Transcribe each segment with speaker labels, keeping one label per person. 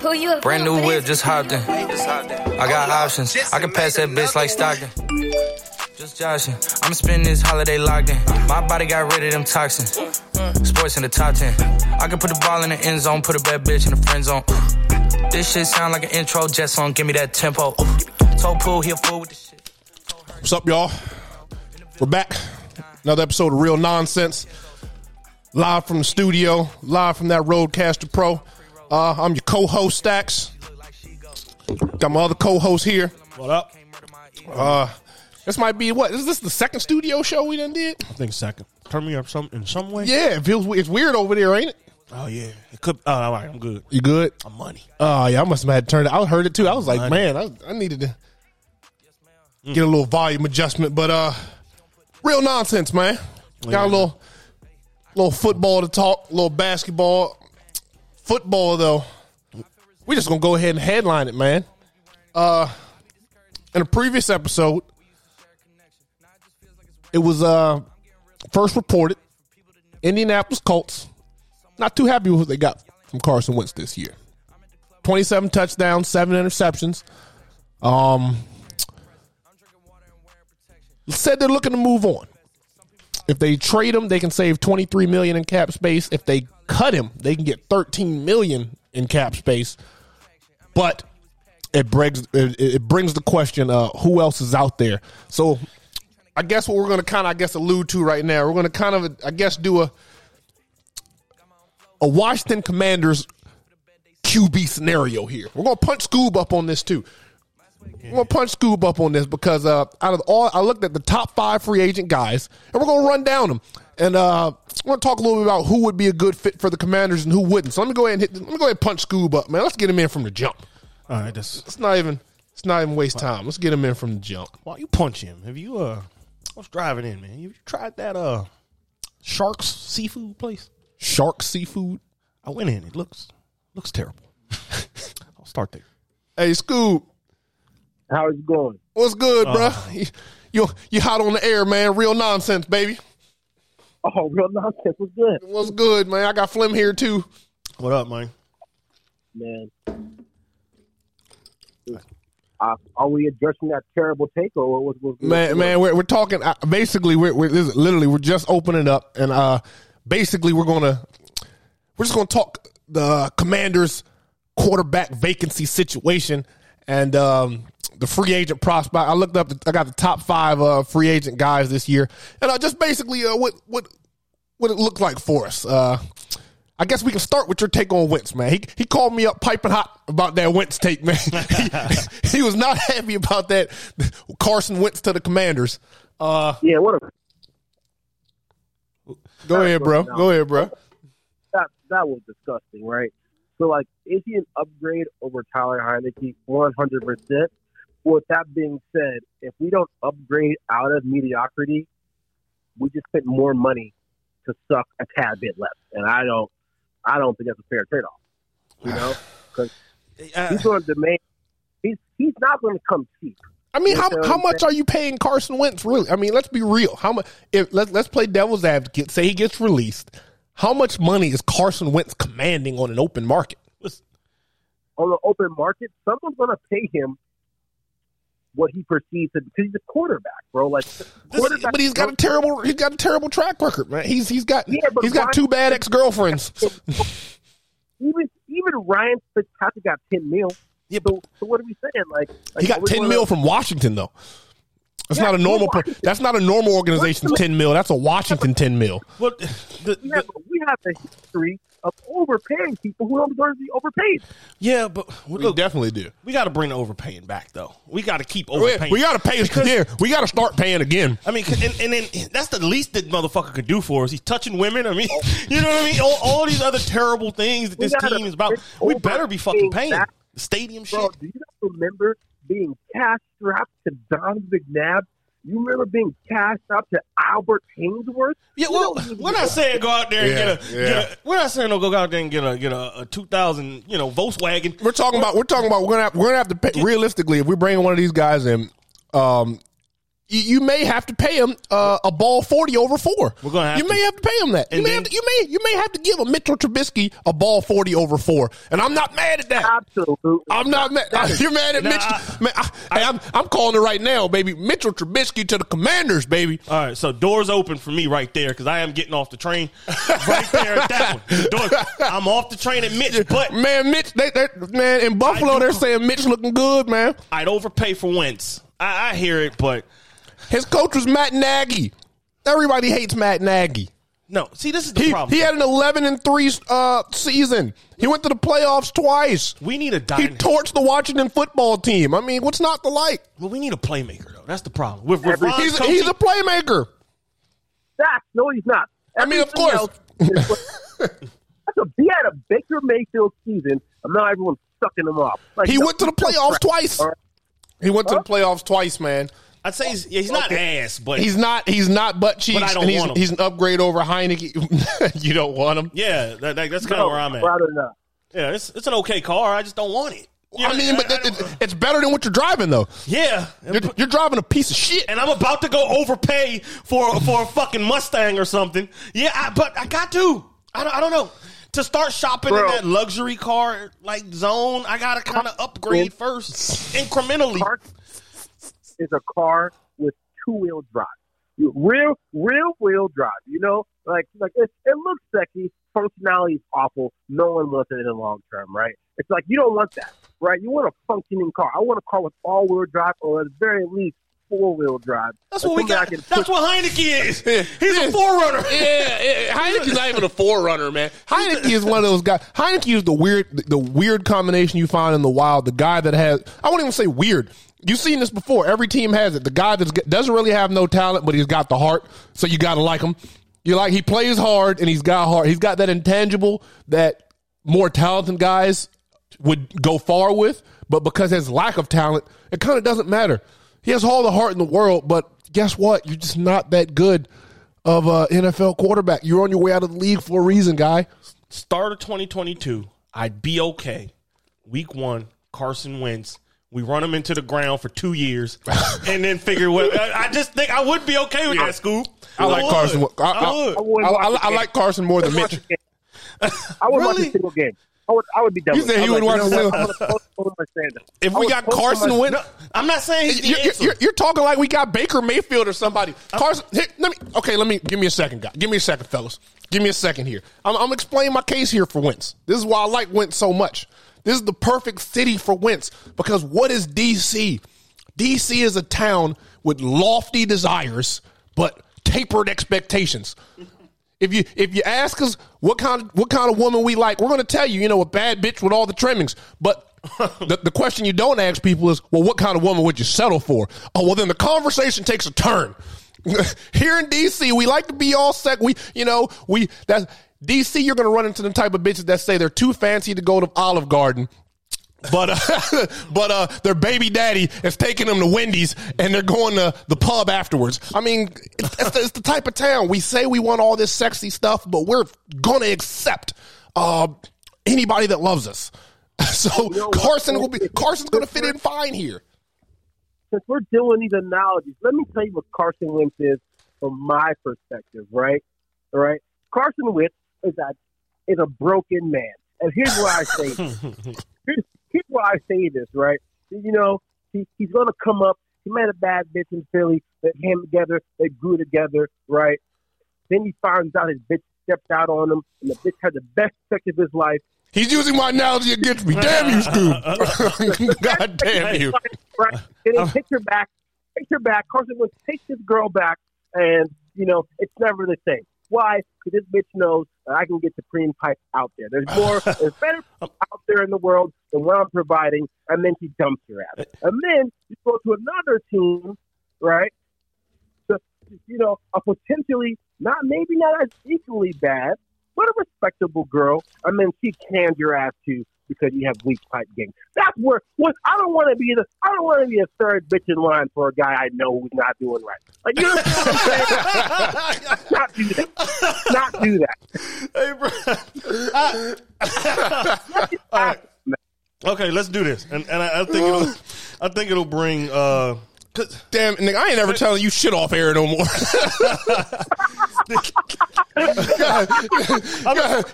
Speaker 1: Who you up
Speaker 2: Brand
Speaker 1: for
Speaker 2: new whip,
Speaker 1: this?
Speaker 2: just hopped in. I got options. I can pass that bitch like Stockton. Just joshing. I'ma spend this holiday locked in. My body got rid of them toxins. Sports in the top 10. I can put the ball in the end zone, put a bad bitch in the friend zone. This shit sound like an intro jet song, give me that tempo. Told Pool, he a fool with the shit.
Speaker 3: What's up, y'all? We're back. Another episode of Real Nonsense. Live from the studio, live from that Roadcaster Pro. Uh, I'm your co host, Stacks. Got my other co host here.
Speaker 4: What up?
Speaker 3: This might be what? Is this the second studio show we done did?
Speaker 4: I think second. Turn me up some in some way.
Speaker 3: Yeah, it feels we- it's weird over there, ain't it?
Speaker 4: Oh yeah. It could. Oh, all right. I'm good.
Speaker 3: You good?
Speaker 4: I'm money.
Speaker 3: Oh, yeah, I must have had to turn it. I heard it too. I was like,
Speaker 4: Money.
Speaker 3: man, I, I needed to get a little volume adjustment, but uh, real nonsense, man. Got
Speaker 4: Yeah.
Speaker 3: a little, little football to talk, little basketball, football though. We're just gonna go ahead and headline it, man. Uh, in a previous episode, it was uh first reported Indianapolis Colts not too happy with what they got from Carson Wentz this year. 27 touchdowns, seven interceptions. Um, said they're looking to move on. If they trade him, they can save 23 million in cap space. If they cut him, they can get 13 million in cap space. But it brings it, it brings the question: uh, Who else is out there? So, I guess what we're going to kind of I guess allude to right now, we're going to kind of I guess do a a Washington Commanders QB scenario here. We're gonna punch Scoob up on this too. We're gonna punch Scoob up on this because uh, out of all, I looked at the top five free agent guys, and we're gonna run down them. And uh, I want to talk a little bit about who would be a good fit for the Commanders and who wouldn't. So let me go ahead and hit. Let me go ahead and punch Scoob up, man. Let's get him in from the jump.
Speaker 4: All right. That's
Speaker 3: Let's not even. Let's not even waste time. Let's get him in from the jump.
Speaker 4: why you punch him. Have you uh? I was driving in, man. You tried that uh, sharks seafood place?
Speaker 3: Shark seafood.
Speaker 4: I went in. It looks looks terrible. I'll start there.
Speaker 3: Hey Scoob,
Speaker 5: How is it going?
Speaker 3: what's good, bruh? You, you you hot on the air, man? Real nonsense, baby.
Speaker 5: Oh, real nonsense. What's good,
Speaker 3: What's good, man? I got Flim here too.
Speaker 4: What up, man?
Speaker 5: man? Uh, are we addressing that terrible take or what was was-
Speaker 3: man, man, we're, we're talking uh, basically we're, we're this is literally we're just opening up and uh basically we're gonna we're just gonna talk the commanders quarterback vacancy situation and um the free agent prospect i looked up the, i got the top five uh free agent guys this year and uh, just basically uh what what what it looked like for us uh I guess we can start with your take on Wentz, man. He he called me up piping hot about that Wentz take, man. he, he was not happy about that Carson Wentz to the Commanders. Uh,
Speaker 5: Yeah, what a
Speaker 3: go ahead, bro. Go ahead, bro.
Speaker 5: that that was disgusting, right? So like, is he an upgrade over Tyler Heineke? One hundred percent. With that being said, if we don't upgrade out of mediocrity, we just spent more money to suck a tad bit less, and I don't, I don't think that's a fair trade off. You know, because he's going to demand. He's he's not going to come cheap.
Speaker 3: I mean, how, how much are you paying Carson Wentz? Really? I mean, let's be real. How much? If let let's play devil's advocate, say he gets released, how much money is Carson Wentz commanding on an open market?
Speaker 4: Listen,
Speaker 5: on the open market, someone's going to pay him what he perceives to because he's a quarterback, bro. Like, quarterback,
Speaker 3: But he's got a terrible he's got a terrible track record, man. He's he's got
Speaker 5: Yeah, but
Speaker 3: he's got
Speaker 5: why-
Speaker 3: two bad ex girlfriends.
Speaker 5: even even Ryan Fitzpatrick got ten mil.
Speaker 4: Yeah,
Speaker 5: So, so what are we saying? Like, like
Speaker 3: He got
Speaker 5: are we
Speaker 3: ten
Speaker 5: gonna-
Speaker 3: mil from Washington though. That's
Speaker 5: Yeah,
Speaker 3: not a
Speaker 5: from
Speaker 3: normal. Per,
Speaker 5: Washington.
Speaker 3: that's not a normal organization's ten mil. That's a Washington ten mil.
Speaker 4: what? The,
Speaker 5: Yeah,
Speaker 4: the-
Speaker 5: but we have a history of overpaying people who don't deserve to be overpaid.
Speaker 4: yeah, but look,
Speaker 3: definitely do.
Speaker 4: we got to bring the overpaying back, though. We got to keep
Speaker 3: We,
Speaker 4: overpaying.
Speaker 3: got to pay. Yeah, we got to start paying again.
Speaker 4: I mean, 'cause- and, and then that's the least that motherfucker could do for us. He's touching women. I mean, you know what I mean? All, all these other terrible things that
Speaker 5: We
Speaker 4: this
Speaker 5: gotta-
Speaker 4: team is about.
Speaker 5: it's
Speaker 4: We
Speaker 5: over
Speaker 4: better be fucking
Speaker 5: being
Speaker 4: paying.
Speaker 5: that-
Speaker 4: The stadium shit.
Speaker 5: Bro, do you not remember being cash strapped to Don McNabb? You remember being cash strapped to Albert Hainsworth?
Speaker 4: yeah,
Speaker 5: We
Speaker 4: well,
Speaker 5: don't need to
Speaker 4: we're
Speaker 5: be-
Speaker 4: not saying go out there and
Speaker 3: Yeah,
Speaker 4: get a.
Speaker 3: yeah.
Speaker 4: Get a we're not saying no, go out there and get a get a, a two thousand you know Volkswagen.
Speaker 3: We're talking about. We're talking about. We're gonna. Have, we're gonna have to pay realistically if we bring one of these guys in. Um, you, you may have to pay him uh, a ball forty over four.
Speaker 4: We're gonna have
Speaker 3: you
Speaker 4: to.
Speaker 3: may have to pay him that. You
Speaker 4: And
Speaker 3: may,
Speaker 4: then-
Speaker 3: have to, you may you may have to give a Mitchell Trubisky a ball forty over four, and I'm not mad at that.
Speaker 5: Absolutely.
Speaker 3: I'm not mad. You're mad at
Speaker 4: Nah,
Speaker 3: Mitchell.
Speaker 4: I-
Speaker 3: man, I, hey, I'm I'm calling it right now, baby. Mitchell Trubisky to the Commanders, baby.
Speaker 4: All right, so doors open for me right there because I am getting off the train right there at that one. The door- I'm off the train at Mitch, but
Speaker 3: Man, Mitch, they, they, man, in Buffalo,
Speaker 4: do-
Speaker 3: they're saying Mitch looking good, man.
Speaker 4: I'd overpay for Wentz. I, I hear it, but
Speaker 3: His coach was Matt Nagy. Everybody hates Matt Nagy.
Speaker 4: no. See, this is the
Speaker 3: He,
Speaker 4: problem.
Speaker 3: he had an 11 and 3 uh, season. He went to the playoffs twice.
Speaker 4: we need a
Speaker 3: He
Speaker 4: dynamic.
Speaker 3: torched the Washington football team. I mean, what's not to like?
Speaker 4: well, we need a playmaker though. That's the problem. With, with Ron's
Speaker 3: He's,
Speaker 4: coaching-
Speaker 3: he's a playmaker.
Speaker 5: That's no, he's not.
Speaker 3: I mean, of
Speaker 5: Everything
Speaker 3: course.
Speaker 5: else is- That's a, he had a Baker Mayfield season, and now everyone's sucking him off. Like,
Speaker 3: He
Speaker 5: no,
Speaker 3: went to the playoffs twice.
Speaker 5: All right.
Speaker 3: He went to the playoffs twice, man.
Speaker 4: I'd say he's, yeah, he's not ass, but
Speaker 3: He's not. He's not butt cheeks.
Speaker 4: I don't
Speaker 3: and he's,
Speaker 4: want him.
Speaker 3: he's an upgrade over Heineke. you don't want him.
Speaker 4: yeah, that, that- that's kind
Speaker 5: no,
Speaker 4: of where I'm at.
Speaker 5: rather not.
Speaker 4: Yeah, it's, it's an okay car. I just don't want it. You
Speaker 3: I
Speaker 4: know,
Speaker 3: mean, but
Speaker 4: I
Speaker 3: that-
Speaker 4: don't-
Speaker 3: it- it's better than what you're driving, though.
Speaker 4: yeah,
Speaker 3: You're, you're driving a piece of shit.
Speaker 4: and I'm about to go overpay for for a fucking Mustang or something. Yeah, I, but I got to. I don't, I don't know. To start shopping
Speaker 5: Bro.
Speaker 4: in that luxury car like zone, I gotta kind of upgrade first incrementally.
Speaker 5: Car is a car with two wheel drive, real real wheel drive. You know, like like it, it looks sexy, functionality is awful. No one wants it in the long term, right? It's like you don't want that, right? You want a functioning car. I want a car with all wheel drive, or at the very least four wheel drive.
Speaker 4: That's
Speaker 5: Like,
Speaker 4: what we
Speaker 5: something I
Speaker 4: got.
Speaker 5: can
Speaker 4: That's what Heineke is. He's a forerunner.
Speaker 3: Yeah, yeah, Heineke's not even a forerunner, man. Heineke is one of those guys. Heineke is the weird, the weird combination you find in the wild. The guy that has, I won't even say weird. You've seen this before. Every team has it. The guy that doesn't really have no talent, but he's got the heart, so you got to like him. You like he plays hard and he's got heart. He's got that intangible that more talented guys would go far with, but because his lack of talent, it kind of doesn't matter. He has all the heart in the world, but guess what? You're just not that good of a NFL quarterback. You're on your way out of the league for a reason, guy.
Speaker 4: Start of 2022, I'd be okay. Week one, Carson Wentz. We run him into the ground for two years, and then figure what. I, I just think I would be okay with that, Scoop.
Speaker 3: I like
Speaker 4: would.
Speaker 3: Carson. Wen- I, I-
Speaker 4: I would.
Speaker 5: would.
Speaker 3: I- I- I like Carson more than Mitch.
Speaker 5: I would watch
Speaker 4: Really?
Speaker 5: a single game. I would, I would be done.
Speaker 3: You
Speaker 5: with
Speaker 3: said
Speaker 5: it.
Speaker 3: you
Speaker 5: I'm
Speaker 3: would
Speaker 5: like,
Speaker 3: watch
Speaker 5: you know
Speaker 3: a
Speaker 5: what? I'm gonna post on my stand-up.
Speaker 3: If
Speaker 5: I
Speaker 3: we
Speaker 5: would
Speaker 3: got
Speaker 5: post on my
Speaker 3: Carson Wentz,
Speaker 4: I'm not saying he's the
Speaker 3: you're, you're,
Speaker 4: answer.
Speaker 3: you're, you're talking like we got Baker Mayfield or somebody. Carson, here, let me. Okay, let me give me a second, guy. Give me a second, fellas. Give me a second here. I'm, I'm explaining my case here for Wentz. This is why I like Wentz so much. This is the perfect city for Wentz because what is DC? DC is a town with lofty desires but tapered expectations. If you if you ask us what kind what kind of woman we like, we're going to tell you, you know, a bad bitch with all the trimmings. But the, the question you don't ask people is, well, what kind of woman would you settle for? Oh, well, then the conversation takes a turn. Here in DC, we like to be all sec. We, you know, we that's DC. You're going to run into the type of bitches that say they're too fancy to go to Olive Garden. But uh, but uh, their baby daddy is taking them to Wendy's, and they're going to the pub afterwards. I mean, it's, it's, the, it's the type of town we say we want all this sexy stuff, but we're gonna accept uh, anybody that loves us. So
Speaker 5: You know what?
Speaker 3: Carson will be Carson's gonna fit in fine here.
Speaker 5: since we're doing these analogies, let me tell you what Carson Wentz is from my perspective, right? All right. Carson Wentz is a is a broken man, and here's why I say this. here's, here's why I say this, right? You know, he, he's going to come up. He met a bad bitch in Philly. They came together. They grew together, right? Then he finds out his bitch stepped out on him, and the bitch had the best sex of his life.
Speaker 3: He's using my analogy against me. Damn you, Scoob! God damn you!
Speaker 5: Right. And he takes her back, takes her back. Carson Wentz takes his girl back, and you know it's never the same. Why? Because this bitch knows that I can get supreme pipe out there. There's more, there's better people out there in the world than what I'm providing, and then she dumps your ass. And then you go to another team, right? So, you know, a potentially not maybe not as equally bad, but a respectable girl, and then she canned your ass too because you have weak pipe game. That's where what I don't want to be the I don't want to be a third bitch in line for a guy I know who's not doing right. Like you know what I'm saying? not do that. Not do that.
Speaker 4: Hey, bro. I- All right. Okay, let's do this, and and I, I think it'll, I think it'll bring uh,
Speaker 3: Damn, nigga, I ain't ever telling you shit off air no more.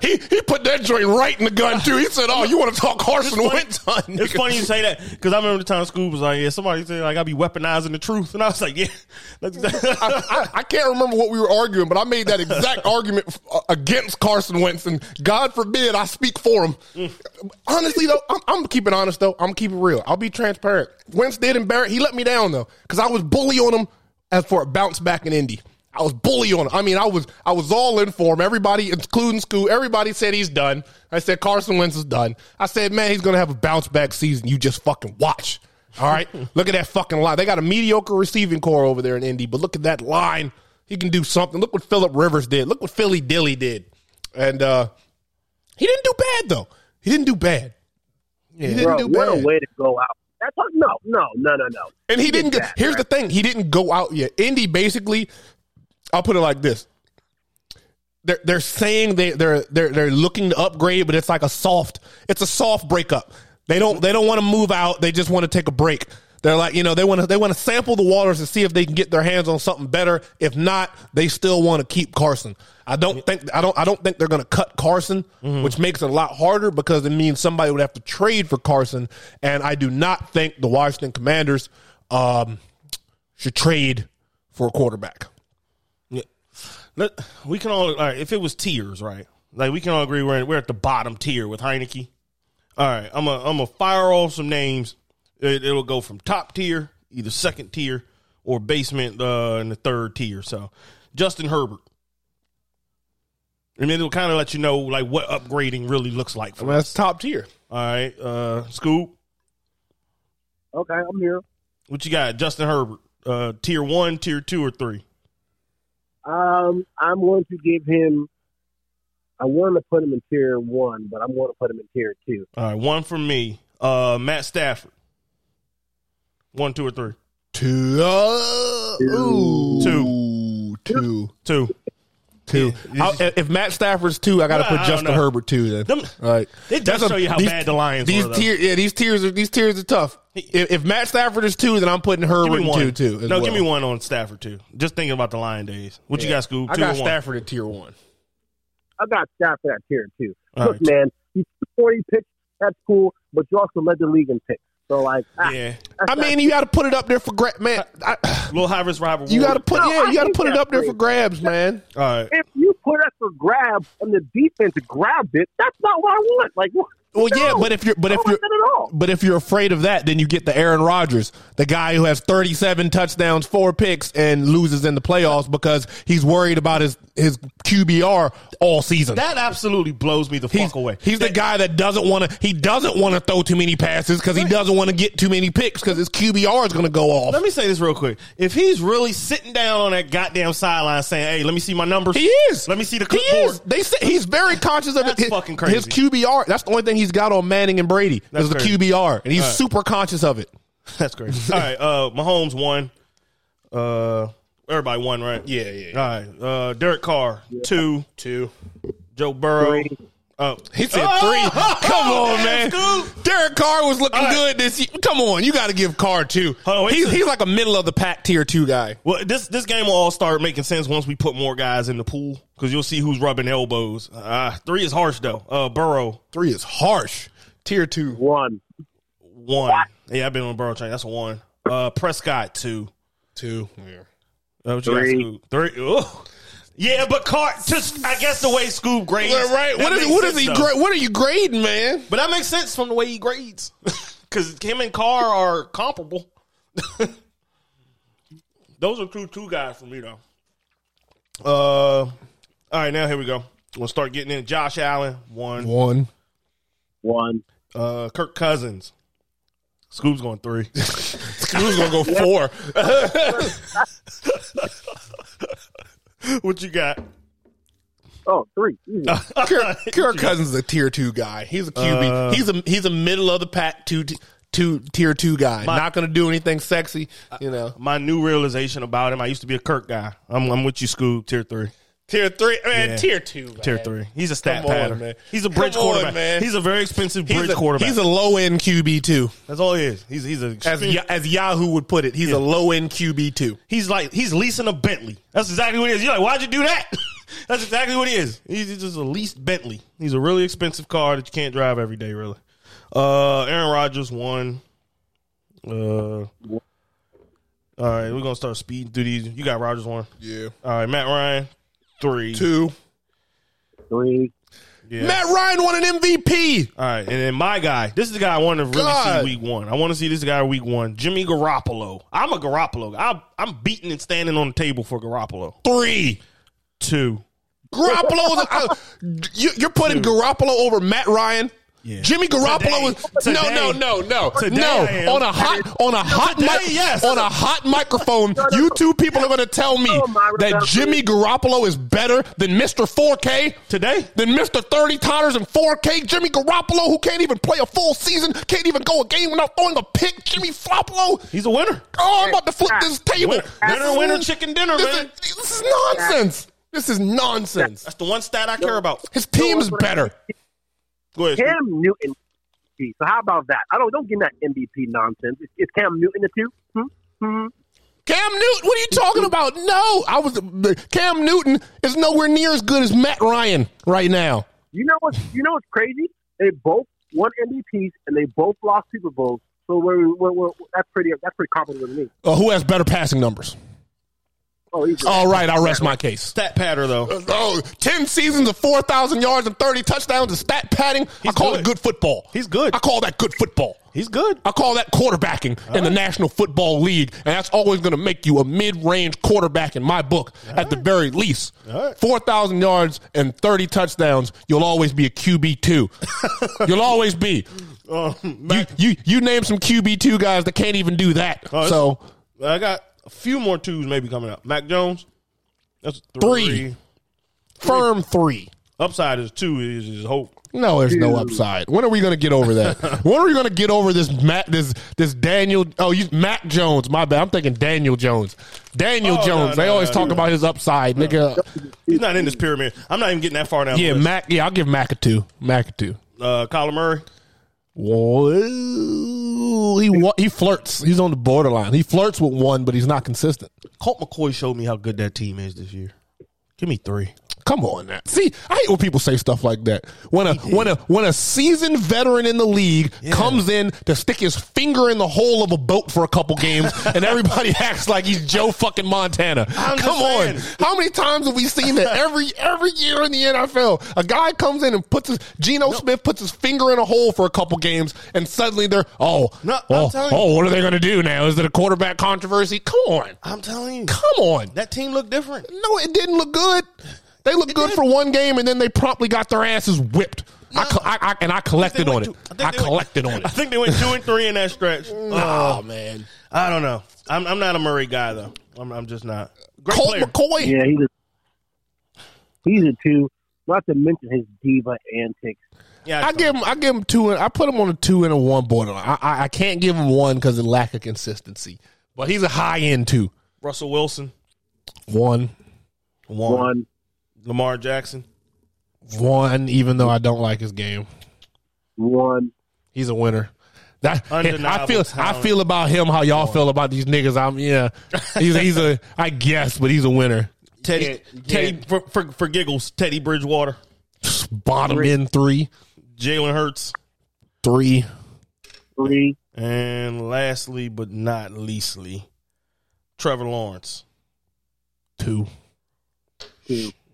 Speaker 3: he he put that joint right in the gun too. He said, "Oh, you want to talk Carson
Speaker 4: funny-
Speaker 3: Wentz?" on,
Speaker 4: It's
Speaker 3: nigga.
Speaker 4: funny you say that because I remember the time school was like, yeah, somebody said like I be weaponizing the truth, and I was like, yeah, that's exactly.
Speaker 3: I, I, I can't remember what we were arguing, but I made that exact argument f- uh, against Carson Wentz, and God forbid I speak for him. Honestly, though, I'm, I'm keeping honest, though. I'm keeping real. I'll be transparent. Wentz did embarrass. He let me down, though, because I was bully on him as for a bounce back in Indy. I was bully on him. I mean, I was I was all in for him. Everybody, including school, everybody said he's done. I said Carson Wentz is done. I said, man, he's gonna have a bounce back season. You just fucking watch. All right, look at that fucking line. They got a mediocre receiving core over there in Indy, but look at that line. He can do something. Look what Philip Rivers did. Look what Philly Dilly did, and uh, he didn't do bad though. He didn't do bad. He didn't
Speaker 5: Bro,
Speaker 3: do
Speaker 5: what a
Speaker 3: bad.
Speaker 5: way to go out. That's how, no, no, no, no, no.
Speaker 3: And he didn't. Go,
Speaker 5: that,
Speaker 3: here's the thing: he didn't go out yet. Indy basically, I'll put it like this: they're they're saying they they're they're they're looking to upgrade, but it's like a soft. It's a soft breakup. They don't they don't want to move out. They just want to take a break. They're like you know they want to they want to sample the waters and see if they can get their hands on something better. If not, they still want to keep Carson. I don't think I don't I don't think they're going to cut Carson, which makes it a lot harder because it means somebody would have to trade for Carson. And I do not think the Washington Commanders um, should trade for a quarterback.
Speaker 4: Let- we can all, all right, if it was tiers, right? Like we can all agree we're in, we're at the bottom tier with Heineke. All right, I'm a I'm gonna fire off some names. It, it'll go from top tier, either second tier or basement uh, in the third tier. So Justin Herbert. And then it'll kind of let you know like what upgrading really looks like for us.
Speaker 3: that's top tier.
Speaker 4: All right, uh, Scoop,
Speaker 5: Okay, I'm here.
Speaker 4: what you got? Justin Herbert, uh, tier one, tier two, or three?
Speaker 5: Um, I'm going to give him. I want to put him in tier one, but I'm going to put him in tier two.
Speaker 4: All right, one for me. Uh, Matt Stafford. One, two, or three.
Speaker 3: Two. Uh, ooh. Two. Two.
Speaker 4: Two.
Speaker 3: Two. I'll- if Matt Stafford's two, I got to
Speaker 4: Well,
Speaker 3: put
Speaker 4: I don't
Speaker 3: Justin
Speaker 4: know.
Speaker 3: Herbert two. Then
Speaker 4: Them-
Speaker 3: all right.
Speaker 4: It does
Speaker 3: That's a-
Speaker 4: show you how
Speaker 3: these-
Speaker 4: bad the Lions
Speaker 3: These
Speaker 4: were. though.
Speaker 3: tier, yeah, these tiers are these tiers are tough. If, if Matt Stafford is two, then I'm putting
Speaker 4: give
Speaker 3: Herbert
Speaker 4: me
Speaker 3: in
Speaker 4: one.
Speaker 3: two too. as
Speaker 4: no,
Speaker 3: well.
Speaker 4: give me one on Stafford too. Just thinking about the Lion days. What you got, Scoop?
Speaker 3: I
Speaker 4: Two
Speaker 3: got
Speaker 4: or one.
Speaker 3: Stafford at tier one.
Speaker 5: I got Stafford at tier two.
Speaker 4: All
Speaker 5: Look,
Speaker 4: right.
Speaker 5: man, you took 40 picks. That's cool, but you also led the league in picks. So, like, ah,
Speaker 4: Yeah,
Speaker 3: I mean, you got to put it up there for grab, man. I,
Speaker 4: little high risk rival.
Speaker 3: you got to put
Speaker 5: No,
Speaker 3: yeah,
Speaker 5: I
Speaker 3: you got to
Speaker 5: think
Speaker 3: put it
Speaker 5: that's
Speaker 3: up there for
Speaker 5: great.
Speaker 3: grabs, man.
Speaker 4: All right.
Speaker 5: if you put us for grab and the defense grabbed it, that's not what I want. Like, what?
Speaker 3: Well, yeah,
Speaker 5: No.
Speaker 3: but if you're but
Speaker 5: I
Speaker 3: if
Speaker 5: don't
Speaker 3: you're
Speaker 5: like that at all.
Speaker 3: But if you're afraid of that, then you get the Aaron Rodgers, the guy who has 37 touchdowns, four picks, and loses in the playoffs because he's worried about his his QBR all season.
Speaker 4: That absolutely blows me the
Speaker 3: he's,
Speaker 4: fuck away.
Speaker 3: he's the guy that doesn't want to. He doesn't want to throw too many passes because he doesn't want to get too many picks because his QBR is going to go off.
Speaker 4: Let me say this real quick. If he's really sitting down on that goddamn sideline saying, "Hey, let me see my numbers,"
Speaker 3: He is.
Speaker 4: Let me see the
Speaker 3: He
Speaker 4: clipboard.
Speaker 3: is. They say he's very conscious of
Speaker 4: That's
Speaker 3: it. His,
Speaker 4: fucking crazy.
Speaker 3: His QBR. That's the only thing he's got on Manning and Brady
Speaker 4: That's
Speaker 3: is the
Speaker 4: crazy.
Speaker 3: QBR, and he's
Speaker 4: All right.
Speaker 3: super conscious of it.
Speaker 4: That's crazy. All right, uh, Mahomes won. Uh, everybody won, right? Yeah, yeah. All right, uh, Derek Carr two, two. Joe Burrow. Oh,
Speaker 3: He said three. Come on, man. Derek Carr was looking
Speaker 4: All right.
Speaker 3: good this year. Come on, you got to give Carr two.
Speaker 4: Hold on, wait
Speaker 3: he's,
Speaker 4: till-
Speaker 3: he's like a middle of the pack tier two guy.
Speaker 4: Well, this this game will all start making sense once we put more guys in the pool because you'll see who's rubbing elbows. Uh, three is harsh though. Uh, Burrow
Speaker 3: Three is harsh. Tier two.
Speaker 5: One.
Speaker 4: one. Yeah, I've been on Burrow train. That's a one. Uh, Prescott two.
Speaker 3: Two.
Speaker 4: Uh, what you got,
Speaker 5: Three.
Speaker 4: Scoop? Three. Oh. Yeah, but Carr. Just I guess the way Scoop grades.
Speaker 3: Right.
Speaker 4: that
Speaker 3: What is
Speaker 4: makes
Speaker 3: what is
Speaker 4: sense,
Speaker 3: he?
Speaker 4: though.
Speaker 3: Gra- what are you grading, man?
Speaker 4: But that makes sense from the way he grades because him and Carr are comparable. Those are two two guys for me though. Uh, all right, now here we go. We'll start getting in. Josh Allen one.
Speaker 3: One.
Speaker 5: One.
Speaker 4: Uh, Kirk Cousins. Scoob's going three.
Speaker 3: Who's gonna go four?
Speaker 4: what you got?
Speaker 5: Oh, three. Easy.
Speaker 3: Ah. Kirk, Kirk Cousins is a tier two guy. He's a
Speaker 4: Uh,
Speaker 3: QB. he's a he's a middle of the pack two two tier two guy. Not gonna do anything sexy. You know.
Speaker 4: My new realization about him. I used to be a Kirk guy. I'm, I'm with you, Scoob. Tier three.
Speaker 6: Tier three, man.
Speaker 4: Yeah.
Speaker 6: Tier two, man.
Speaker 4: Tier three. He's a stat
Speaker 6: Come on,
Speaker 4: pattern.
Speaker 6: man.
Speaker 4: He's a bridge
Speaker 6: Come on,
Speaker 4: quarterback.
Speaker 6: man.
Speaker 4: He's a very expensive
Speaker 3: He's
Speaker 4: bridge
Speaker 3: a-
Speaker 4: quarterback.
Speaker 3: He's a low end QB two,
Speaker 4: That's all he is. He's he's a
Speaker 3: as Ya- as Yahoo would put it. He's a low end QB two.
Speaker 4: he's like he's leasing a Bentley. That's exactly what it is. You're like, why'd you do that? That's exactly what he is. He's he's just a leased Bentley. He's a really expensive car that you can't drive every day, really. Uh, Aaron Rodgers won. Uh, all right, we're gonna start speeding through these. You got Rodgers one.
Speaker 3: Yeah,
Speaker 4: All right, Matt Ryan three.
Speaker 3: two.
Speaker 5: Three.
Speaker 4: Yeah.
Speaker 3: Matt Ryan won an MVP.
Speaker 4: All right, and then my guy. This is the guy I want to really
Speaker 3: God.
Speaker 4: see week one. I want to see this guy week one. Jimmy Garoppolo. I'm a Garoppolo. guy. I'm I'm beating and standing on the table for Garoppolo.
Speaker 3: Three.
Speaker 4: Two.
Speaker 3: Garoppolo was. uh, you, you're putting Garoppolo over Matt Ryan.
Speaker 4: Yeah.
Speaker 3: Jimmy Garoppolo
Speaker 4: Today.
Speaker 3: was no,
Speaker 4: Today.
Speaker 3: no, no, no,
Speaker 4: Today I am.
Speaker 3: no. On a hot, on a hot, mic,
Speaker 4: yes.
Speaker 3: on a hot microphone, you two people are going to tell me
Speaker 5: Oh, my
Speaker 3: that
Speaker 5: God.
Speaker 3: Jimmy Garoppolo is better than Mister 4K,
Speaker 4: Today?
Speaker 3: than Mister 30 Totters and 4K. Jimmy Garoppolo, who can't even play a full season, can't even go a game without throwing a pick. Jimmy Flopolo.
Speaker 4: He's a winner.
Speaker 3: Oh, I'm about to flip this table.
Speaker 4: Winner, winner,
Speaker 3: This
Speaker 4: winner,
Speaker 3: is-
Speaker 4: chicken dinner,
Speaker 3: this
Speaker 4: man.
Speaker 3: Is, this is nonsense. This is nonsense.
Speaker 4: That's the one stat I care about.
Speaker 3: His team's better.
Speaker 4: Go ahead. Scoop.
Speaker 5: Cam Newton. MVP. So how about that? I don't don't get in that MVP nonsense. Is, is Cam Newton the two? Hmm? Hmm?
Speaker 3: Cam Newton, what are you talking about? No, I was the- Cam Newton is nowhere near as good as Matt Ryan right now.
Speaker 5: You know what's you know what's crazy? They both won MVPs and they both lost Super Bowls. So we're, we're, we're, that's pretty that's pretty comparable to me.
Speaker 3: Uh, who has better passing numbers?
Speaker 5: Oh, he's
Speaker 3: All right, I rest my case.
Speaker 4: Stat patter though.
Speaker 3: Oh, 10 seasons of 4,000 yards and 30 touchdowns and stat padding. I
Speaker 4: He's
Speaker 3: call
Speaker 4: good.
Speaker 3: it good football.
Speaker 4: He's good.
Speaker 3: I call that good football.
Speaker 4: He's good.
Speaker 3: I call that quarterbacking in the National Football League, and that's always going to make you a mid-range quarterback in my book, at the very least.
Speaker 4: right.
Speaker 3: Four thousand yards and thirty touchdowns, you'll always be a QB two. you'll always be.
Speaker 4: Oh,
Speaker 3: You, you you name some QB two guys that can't even do that.
Speaker 4: Oh, it's-
Speaker 3: so
Speaker 4: I got a few more twos maybe coming up. Mac Jones. That's three.
Speaker 3: Three. firm three.
Speaker 4: Upside is two is, is hope.
Speaker 3: No, there's no upside. When are we going to get over that? when are we going to get over this Matt this this Daniel Oh, you Matt Jones, my bad. I'm thinking Daniel Jones. Daniel
Speaker 4: Oh, no,
Speaker 3: Jones. they
Speaker 4: no,
Speaker 3: always
Speaker 4: no,
Speaker 3: talk
Speaker 4: no.
Speaker 3: about his upside, nigga.
Speaker 4: He's not in this pyramid. I'm not even getting that far down.
Speaker 3: Yeah,
Speaker 4: the list.
Speaker 3: Mac. Yeah, I'll give Mac a two. Mac a two.
Speaker 4: uh, Kyler Murray.
Speaker 3: Whoa, he wa- he flirts. He's on the borderline. He flirts with one, but he's not consistent.
Speaker 4: Colt McCoy showed me how good that team is this year. Give me three.
Speaker 3: Come on, now. See, I hate when people say stuff like that. When a when a when a seasoned veteran in the league comes in to stick his finger in the hole of a boat for a couple games, and everybody acts like he's Joe fucking Montana.
Speaker 4: I'm just
Speaker 3: Come on,
Speaker 4: saying.
Speaker 3: how many times have we seen that every every year in the NFL? A guy comes in and puts his Geno Smith puts his finger in a hole for a couple games, and suddenly they're oh
Speaker 4: No, I'm
Speaker 3: oh,
Speaker 4: telling you.
Speaker 3: oh what are they going to do now? Is it a quarterback controversy? Come on,
Speaker 4: I'm telling you,
Speaker 3: come on.
Speaker 4: that team looked different.
Speaker 3: No, it didn't look good. They looked good
Speaker 4: did.
Speaker 3: for one game, and then they promptly got their asses whipped. I, co- I, I and I collected
Speaker 4: They
Speaker 3: on
Speaker 4: went
Speaker 3: it.
Speaker 4: two-
Speaker 3: I,
Speaker 4: think they went-
Speaker 3: collected on
Speaker 4: I
Speaker 3: it.
Speaker 4: think they went two and three in that stretch.
Speaker 3: Oh man,
Speaker 4: I don't know. I'm, I'm not a Murray guy though. I'm, I'm just not. Great
Speaker 3: Colt
Speaker 4: player.
Speaker 3: McCoy.
Speaker 5: yeah, he's a, he's a two. Not to mention his diva antics.
Speaker 4: Yeah,
Speaker 3: I give him. I give him two. And I put him on a two and a one borderline. I, I, I can't give him one because of lack of consistency. But he's a high end two.
Speaker 4: Russell Wilson,
Speaker 3: One, Oh.
Speaker 4: one.
Speaker 5: One.
Speaker 4: Lamar Jackson,
Speaker 3: one. Even though I don't like his game,
Speaker 5: One.
Speaker 3: he's a winner. That, I
Speaker 4: Undeniable
Speaker 3: feel. I
Speaker 4: talent.
Speaker 3: feel about him how y'all feel about these niggas. I'm yeah. He's he's a. I guess, but he's a winner.
Speaker 4: Teddy,
Speaker 3: yeah.
Speaker 4: Teddy for, for for giggles, Teddy Bridgewater,
Speaker 3: Bottom end three,
Speaker 4: Jalen Hurts,
Speaker 3: three.
Speaker 5: Three.
Speaker 4: and lastly but not leastly, Trevor Lawrence
Speaker 3: two.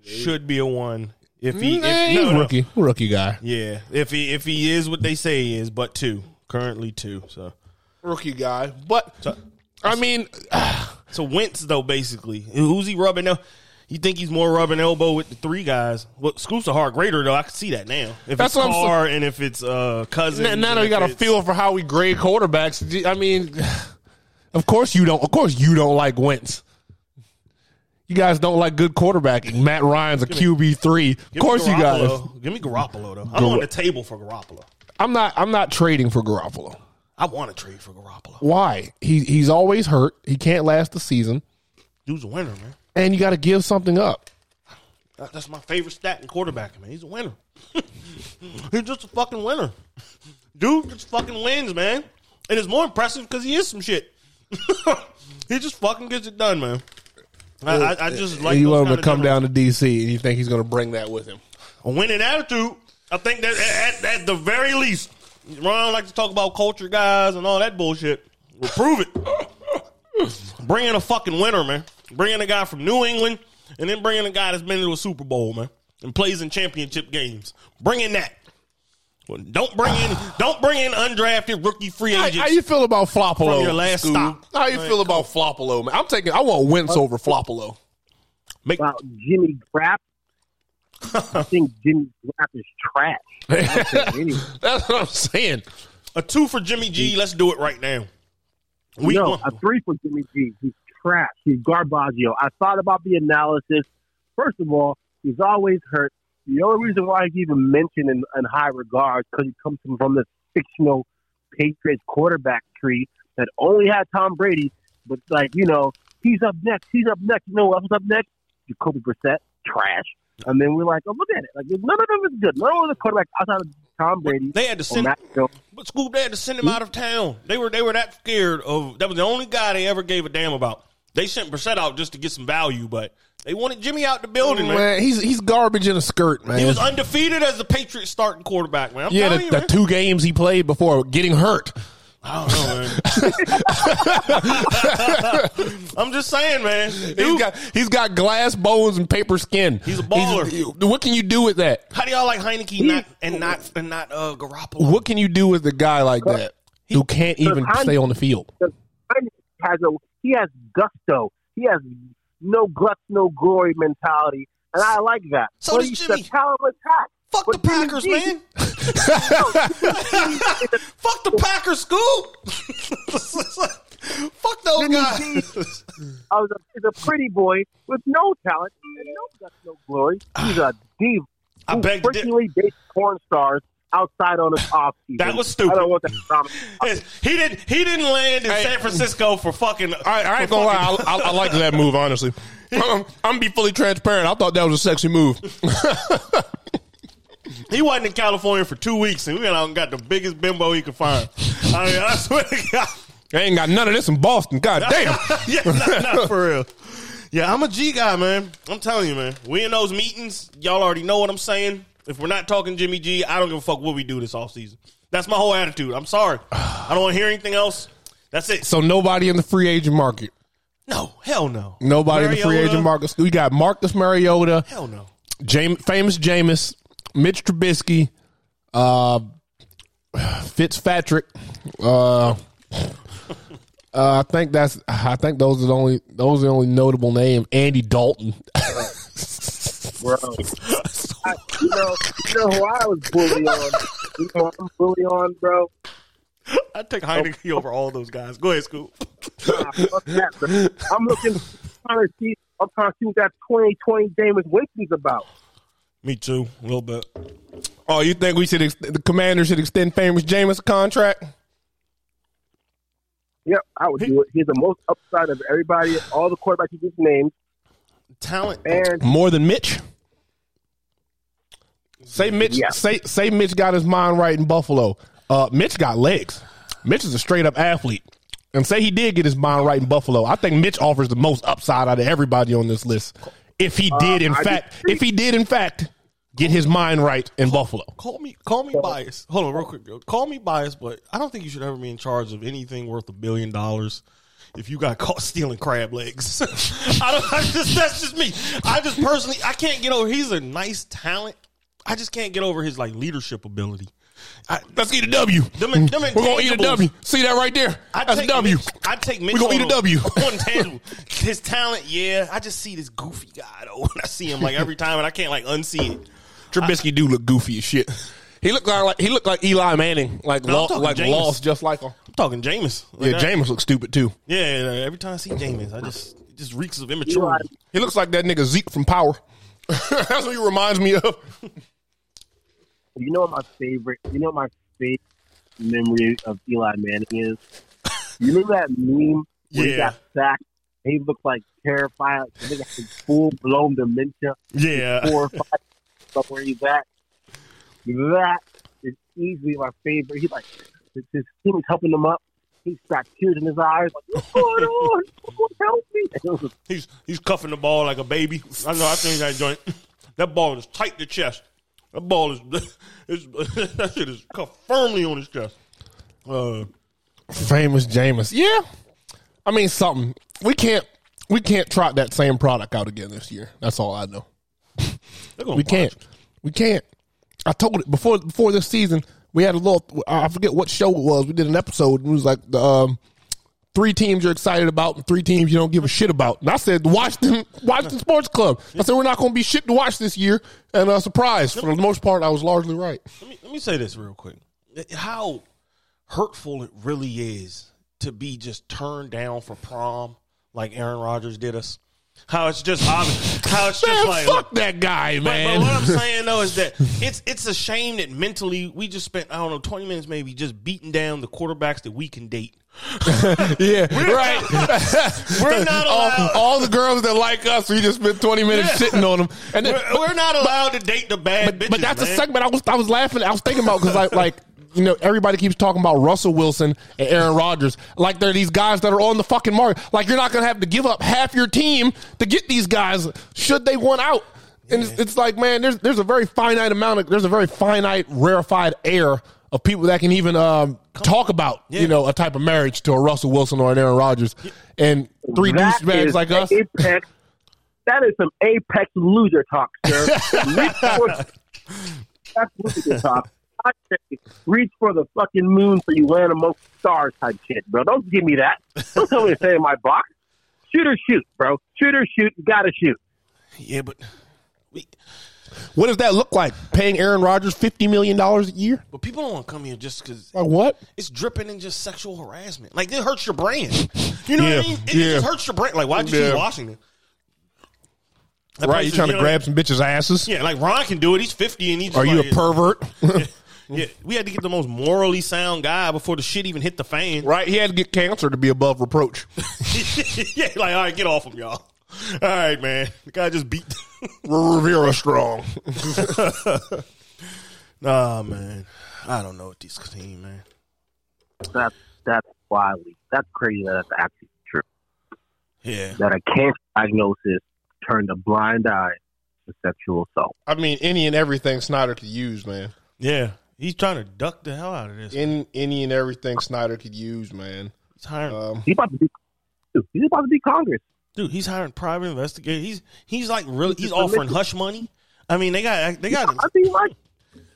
Speaker 4: should be a one if
Speaker 3: He,
Speaker 4: he if, no, no.
Speaker 3: rookie, rookie guy,
Speaker 4: Yeah, if he if he is what they say he is, but two currently two. So
Speaker 3: rookie guy. But
Speaker 4: So-
Speaker 3: I mean,
Speaker 4: so Wentz though basically, who's he rubbing? el- You think he's more rubbing elbow with the three guys? Well, Scoops a hard grader though. I can see that now. If
Speaker 3: That's
Speaker 4: it's
Speaker 3: what I'm
Speaker 4: Carr and if it's uh cousin,
Speaker 3: now, now that we got a feel for how we grade quarterbacks. d- I mean, of course you don't. Of course you don't like Wentz. You guys don't like good quarterbacking. Matt Ryan's a QB three. Of course you guys.
Speaker 4: Give me Garoppolo though. I'm on the table for Garoppolo.
Speaker 3: I'm not. I'm not trading for Garoppolo.
Speaker 4: I want to trade for Garoppolo.
Speaker 3: Why? He he's always hurt. He can't last the season,
Speaker 4: Dude's a winner, man.
Speaker 3: and you got to give something up.
Speaker 4: That- That's my favorite stat in quarterbacking, man. He's a winner. He's just a fucking winner. Dude just fucking wins, man. And it's more impressive because he is some shit. he just fucking gets it done, man. I, I, I just like
Speaker 3: you
Speaker 4: those
Speaker 3: want him
Speaker 4: kinda
Speaker 3: to come
Speaker 4: generals.
Speaker 3: down to DC, and you think he's going to bring that with him?
Speaker 4: a winning attitude. I think that at, at, at the very least, Ron like to talk about culture guys and all that bullshit. Well, prove it. bring in a fucking winner, man. Bring in a guy from New England, and then bring in a guy that's been to a Super Bowl, man, and plays in championship games. Bring in that. Well, don't bring in don't bring in undrafted rookie free
Speaker 3: How,
Speaker 4: agents.
Speaker 3: how you feel about Floppolo?
Speaker 4: From your last
Speaker 3: Scoob?
Speaker 4: stop.
Speaker 3: How you feel about Floppolo, man? I'm taking. I want Wentz over Floppolo.
Speaker 4: Make
Speaker 5: About Jimmy Grapp. I think Jimmy Grapp is trash. Anyway,
Speaker 3: That's what I'm saying.
Speaker 4: a two for Jimmy G. Let's do it right now. We
Speaker 5: no,
Speaker 4: won.
Speaker 5: a three for Jimmy G. He's trash. He's garbaggio. I thought about the analysis. First of all, he's always hurt. The only reason why he's even mentioned in, in high regard because he comes from, from this fictional Patriots quarterback tree that only had Tom Brady. But like you know, he's up next. He's up next. You know what else is up next? Jacoby Brissett, trash. And then we're like, oh, look at it. Like none of them is good. None of the quarterbacks outside of Tom Brady.
Speaker 4: They had to
Speaker 5: or
Speaker 4: send
Speaker 5: Matt Jones.
Speaker 4: But Scoop, they had to send him
Speaker 3: Hmm?
Speaker 4: out of town. They were they were that scared of that was the only guy they ever gave a damn about. They sent Brissett out just to get some value, but they wanted Jimmy out the building, man.
Speaker 3: Man, he's he's garbage in a skirt, man.
Speaker 4: He was undefeated as the Patriots starting quarterback, man. I'm
Speaker 3: yeah,
Speaker 4: telling
Speaker 3: the,
Speaker 4: you,
Speaker 3: the
Speaker 4: man.
Speaker 3: two games he played before getting hurt.
Speaker 4: I don't know, man. I'm just saying, man.
Speaker 3: He's
Speaker 4: Dude,
Speaker 3: got he's got glass bones and paper skin.
Speaker 4: He's a baller.
Speaker 3: what can you do with that?
Speaker 4: how do y'all like Heineke not, and not and not uh, Garoppolo?
Speaker 3: What can you do with a guy like that who can't even
Speaker 5: I'm-
Speaker 3: stay on the field?
Speaker 5: because Heineken has a he has gusto. He has no guts, no glory mentality, and I like that.
Speaker 4: So
Speaker 5: But
Speaker 4: does
Speaker 5: he's
Speaker 4: Jimmy.
Speaker 5: a talentless hack.
Speaker 4: Fuck
Speaker 5: But
Speaker 4: the Packers,
Speaker 5: Jimmy G-
Speaker 4: man. Fuck the Packers, Scoop. Fuck those
Speaker 5: Jimmy
Speaker 4: guys.
Speaker 5: G I was a, is Uh, a pretty boy with no talent and no guts, no glory. He's a diva.
Speaker 4: I
Speaker 5: who
Speaker 4: beg to di-
Speaker 5: frequently dates porn stars outside on his off season.
Speaker 4: That was stupid.
Speaker 5: I don't want that drama.
Speaker 4: He didn't. He didn't land in San Francisco for fucking.
Speaker 1: I, I ain't gonna lie, I, I, I like that move. Honestly, I'm, I'm gonna be fully transparent. I thought that was a sexy move.
Speaker 4: He wasn't in California for two weeks, and we went out and got the biggest bimbo he could find. I mean, I swear to God.
Speaker 1: I ain't got none of this in Boston. God damn.
Speaker 4: yeah, not, not for real. Yeah, I'm a G guy, man. I'm telling you, man. We in those meetings. Y'all already know what I'm saying. If we're not talking Jimmy G, I don't give a fuck what we do this offseason. That's my whole attitude. I'm sorry. I don't want to hear anything else. That's it.
Speaker 3: So nobody in the free agent market.
Speaker 4: No, hell no.
Speaker 3: Nobody in the free
Speaker 4: Mariota?
Speaker 3: agent market. We got Marcus Mariota,
Speaker 4: Hell no.
Speaker 3: Jam- famous Jameis, Mitch Trubisky, uh, Fitzpatrick. Uh, uh, I think that's. I think those are the only. Those are the only notable names. Andy Dalton.
Speaker 5: bro. I, you know, you know who I was bully on. You know who I'm bully on, bro.
Speaker 4: I take Heineke over all those guys. Go ahead, Scoop.
Speaker 5: Nah, fuck that, bro. I'm looking, trying to see, I'm trying to see what that 2020 Jameis Winston's about.
Speaker 4: Me too, a little bit.
Speaker 1: Oh, you think we should? Ex- the commander should extend famous Jameis contract?
Speaker 5: Yep, I would do it. He's the most upside of everybody, all the quarterbacks you just named,
Speaker 4: Talent.
Speaker 5: and
Speaker 3: More than Mitch.
Speaker 1: Say Mitch.
Speaker 5: Yeah.
Speaker 1: Say say Mitch got his mind right in Buffalo.
Speaker 3: Uh, Mitch got legs. Mitch is a straight up athlete. And say he did get his mind right in Buffalo. I think Mitch offers the most upside out of everybody on this list. If
Speaker 4: Uh,
Speaker 3: he did, in
Speaker 5: I
Speaker 3: fact, if he did, in fact, get his mind right in Buffalo.
Speaker 4: Call me, call me biased. Hold on, real quick. yo. Call me biased, but I don't think you should ever be in charge of anything worth a billion dollars if you got caught stealing crab legs. I don't. I just, that's just me. I just personally, I can't get over. He's a nice talent. I just can't get over his like leadership ability. I,
Speaker 1: Let's eat a W.
Speaker 4: them, them We're
Speaker 1: We're gonna eat a W. See that right there?
Speaker 4: I
Speaker 1: That's a
Speaker 4: take
Speaker 1: W.
Speaker 4: Mitch- I take Mitch.
Speaker 1: We gonna
Speaker 4: on
Speaker 1: eat a W.
Speaker 4: On tangible. His talent, yeah. I just see this goofy guy though. When I see him like every time, and I can't like unsee it.
Speaker 1: Trubisky do look goofy as shit.
Speaker 3: He looked like he looked like Eli Manning, like
Speaker 4: No, I'm
Speaker 3: lo-
Speaker 4: talking
Speaker 3: like
Speaker 4: Jameis.
Speaker 3: lost, just like him.
Speaker 4: I'm talking Jameis. Like,
Speaker 1: Yeah,
Speaker 4: I-
Speaker 1: Jameis looks stupid too.
Speaker 4: Yeah, yeah, yeah. every time I see Jameis, I just it just reeks of
Speaker 5: Eli,
Speaker 4: immaturity.
Speaker 1: He looks like that nigga Zeke from Power. That's what he reminds me of.
Speaker 5: you know what my favorite, you know what my favorite memory of Eli Manning is? You know that meme where he
Speaker 4: Yeah.
Speaker 5: got sacked He looked like terrified. The nigga had full blown dementia,
Speaker 4: Yeah.
Speaker 5: four or five, but where he's at. That is easily my favorite. He's like, his his team is helping him up. He's got tears in his eyes. Like, what's going on? Someone help me! And it was a
Speaker 4: He's he's cuffing the ball like a baby. I know. I think that joint. That ball is tight to chest. That ball is. is that shit is cuffed firmly on his chest. Uh,
Speaker 3: Famous Jameis. Yeah. I mean something. We can't we can't trot that same product out again this year. That's all I know.
Speaker 4: they're gonna
Speaker 3: We
Speaker 4: watch.
Speaker 3: can't. We can't. I told it before before this season. We had a little. I forget what show it was. We did an episode. And it was like the um, three teams you're excited about and three teams you don't give a shit about. And I said Washington Washington Sports Club. I said we're not going to be shit to watch this year. And uh, surprise, for the most part, I was largely right.
Speaker 4: Let me, let me say this real quick. How hurtful it really is to be just turned down for prom like Aaron Rodgers did us. How it's just obvious. How it's just
Speaker 3: Man,
Speaker 4: like.
Speaker 3: fuck that guy,
Speaker 4: But, but
Speaker 3: man.
Speaker 4: what I'm saying though is that it's it's a shame that mentally we just spent I don't know 20 minutes maybe just beating down the quarterbacks that we can date.
Speaker 3: yeah, right.
Speaker 4: We're not
Speaker 3: all,
Speaker 4: allowed.
Speaker 3: all the girls that like us, we just spent twenty minutes
Speaker 4: Yeah.
Speaker 3: sitting on them, and then,
Speaker 4: we're, we're not allowed to date the bad bitches.
Speaker 3: but that's
Speaker 4: man.
Speaker 3: a segment I was I was laughing. I was thinking about because like like you know everybody keeps talking about Russell Wilson and Aaron Rodgers like they're these guys that are on the fucking market. Like you're not gonna have to give up half your team to get these guys should they want out. And it's, it's like man, there's there's a very finite amount of there's a very finite rarefied air of people that can even um, talk about you know a type of marriage to a Russell Wilson or an Aaron Rodgers and three
Speaker 5: That
Speaker 3: douchebags
Speaker 5: is
Speaker 3: like us.
Speaker 5: Apex, that is some apex loser talk, sir. Reach for, that's loser talk. I say, reach for the fucking moon so you land amongst the stars type shit, bro. Don't give me that. Don't tell me to stay in my box. Shoot or shoot, bro. Shoot or shoot. You gotta shoot.
Speaker 4: yeah, but we
Speaker 3: What does that look like? Paying Aaron Rodgers fifty million dollars a year?
Speaker 4: but people don't want to come here just because
Speaker 3: Like what?
Speaker 4: it's dripping in just sexual harassment. Like it hurts your brain. You know
Speaker 3: Yeah,
Speaker 4: what I mean? It, it
Speaker 3: yeah.
Speaker 4: just hurts your brain. Like why'd you
Speaker 3: Yeah.
Speaker 4: choose Washington? That
Speaker 3: Right,
Speaker 4: place
Speaker 3: you
Speaker 4: is,
Speaker 3: trying to
Speaker 4: know,
Speaker 3: grab some bitches' asses?
Speaker 4: Yeah, like Ron can do it. He's fifty and he's. Just
Speaker 3: Are you
Speaker 4: like,
Speaker 3: a pervert?
Speaker 4: Yeah, we had to get the most morally sound guy before the shit even hit the fan.
Speaker 3: right, he had to get cancer to be above reproach.
Speaker 4: yeah, like all right, get off him, y'all. All right, man. The guy just beat.
Speaker 3: Rivera strong.
Speaker 4: nah, man. I don't know what this team, man.
Speaker 5: That's that's wildly. That's crazy. That that's actually true.
Speaker 4: Yeah,
Speaker 5: That a cancer diagnosis turned a blind eye to sexual assault.
Speaker 3: I mean, any and everything Snyder could use, man.
Speaker 4: yeah. He's trying to duck the hell out of this.
Speaker 3: In any and everything Snyder could use, man.
Speaker 4: He's hiring,
Speaker 3: Um,
Speaker 5: He's about to be. He's about to be Congress.
Speaker 4: dude. He's hiring private investigators. He's he's like really. He's offering hush money. I mean, they got they got
Speaker 5: I mean, like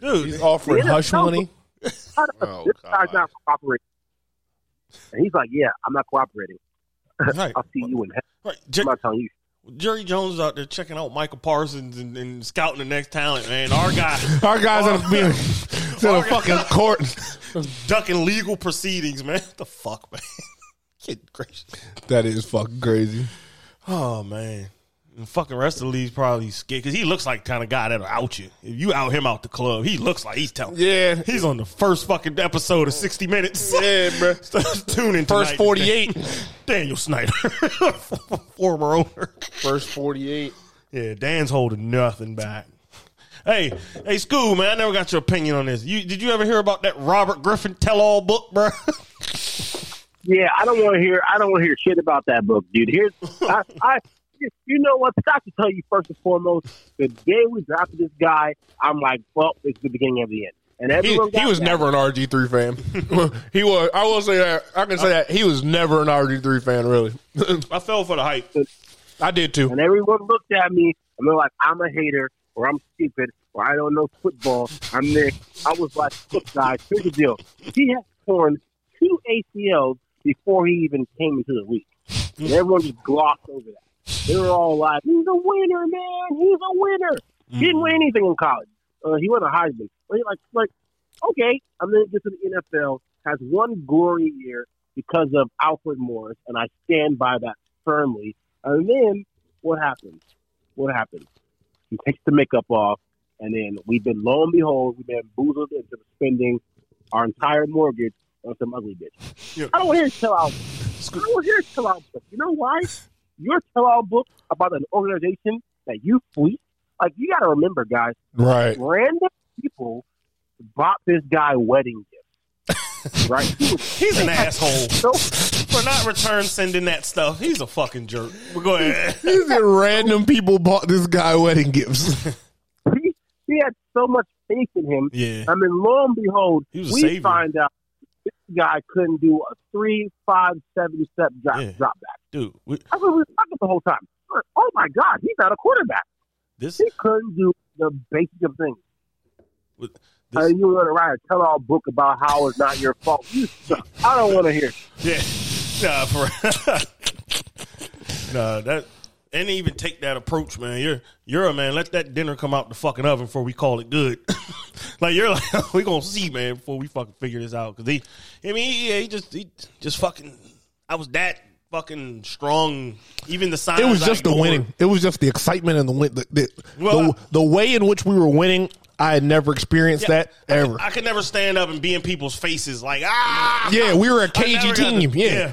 Speaker 4: dude.
Speaker 3: he's offering
Speaker 5: Yeah,
Speaker 3: hush
Speaker 5: no,
Speaker 3: money. Oh,
Speaker 5: this guy's
Speaker 3: God.
Speaker 5: not cooperating. And he's like, yeah, I'm not cooperating.
Speaker 4: Right,
Speaker 5: I'll see you in hell.
Speaker 4: right.
Speaker 5: I'm not telling you.
Speaker 4: Jerry Jones is out there checking out Michael Parsons and, and scouting the next talent, man. Our guy,
Speaker 3: Our guys
Speaker 4: our-
Speaker 3: in a, being, in a fucking court.
Speaker 4: ducking legal proceedings, man. What the fuck, man? Kid gracious.
Speaker 3: That is fucking crazy.
Speaker 4: Oh man. The fucking rest of the league's probably scared because he looks like the kind of guy that'll out you. If you out him out the club, he looks like he's telling.
Speaker 3: Yeah.
Speaker 4: He's on the first fucking episode of 60 Minutes.
Speaker 3: Yeah, bro.
Speaker 4: Tune in
Speaker 3: First
Speaker 4: tonight.
Speaker 3: 48.
Speaker 4: Daniel Snyder, former owner.
Speaker 3: First 48.
Speaker 4: Yeah, Dan's holding nothing back. Hey, hey, school man, I never got your opinion on this. You did you ever hear about that Robert Griffin tell-all book, bro?
Speaker 5: Yeah, I don't want to hear. I don't want to hear shit about that book, dude. Here's, I, I, you know what? Scott to tell you first and foremost. The day we drafted this guy, I'm like, well, it's the beginning of the end. And
Speaker 3: He,
Speaker 5: everyone
Speaker 3: he
Speaker 5: got
Speaker 3: was
Speaker 5: that.
Speaker 3: never an RG three fan. he was. I will say that. I can say that he was never an RG three fan. Really,
Speaker 4: I fell for the hype.
Speaker 3: I did too.
Speaker 5: And everyone looked at me and they're like, I'm a hater or I'm stupid or I don't know football. I'm this. I was like, look, guys, here's the deal. He had torn two ACLs before he even came into the league. And everyone just glossed over that. They were all like, he's a winner, man. He's a winner. He didn't win anything in college. Uh, he won a Heisman. But he like, like, okay, I'm going to get to the NFL, has one glory year because of Alfred Morris, and I stand by that firmly. And then what happens? What happens? He takes the makeup off, and then we've been lo and behold, we've been boozled into spending our entire mortgage on some ugly bitch.
Speaker 4: Yeah.
Speaker 5: I don't want to hear chill out. I don't want to hear chill out. But you know why? your tell-all book about an organization that you fleeced. Like you got to remember, guys,
Speaker 1: Right.
Speaker 5: random people bought this guy wedding gifts. right? He was
Speaker 4: He's an asshole
Speaker 5: so
Speaker 4: for not return sending that stuff. He's a fucking jerk. But go ahead.
Speaker 1: He said random people bought this guy wedding gifts.
Speaker 5: he, he had so much faith in him.
Speaker 4: Yeah.
Speaker 5: I mean, lo and behold,
Speaker 4: He was a
Speaker 5: we
Speaker 4: savior.
Speaker 5: find out this guy couldn't do a three, five, seven step drop,
Speaker 4: Yeah.
Speaker 5: drop back.
Speaker 4: Dude, we,
Speaker 5: That's what we were talking the whole time. We're like, Oh my God, he's not a quarterback.
Speaker 4: this,
Speaker 5: He couldn't do the basic of things.
Speaker 4: with-
Speaker 5: Uh,
Speaker 4: this
Speaker 5: you were going to write a tell all book about how it's not your fault. You suck. I don't want to hear it.
Speaker 4: yeah. Nah, for Nah, that and even take that approach, man. You're you're a man, let that dinner come out the fucking oven before we call it good. like you're like we gonna see, man, before we fucking figure this out. Cause he I mean he, yeah, he just he just fucking I was that fucking strong even the signs
Speaker 3: It was
Speaker 4: I
Speaker 3: just the
Speaker 4: ignored.
Speaker 3: winning. It was just the excitement and the win. The, the,
Speaker 4: Well,
Speaker 3: the, the way in which we were winning, I had never experienced
Speaker 4: Yeah,
Speaker 3: that ever.
Speaker 4: I could never stand up and be in people's faces like ah.
Speaker 3: yeah, we were a
Speaker 4: I never
Speaker 3: cagey
Speaker 4: got
Speaker 3: team.
Speaker 4: to-
Speaker 3: yeah.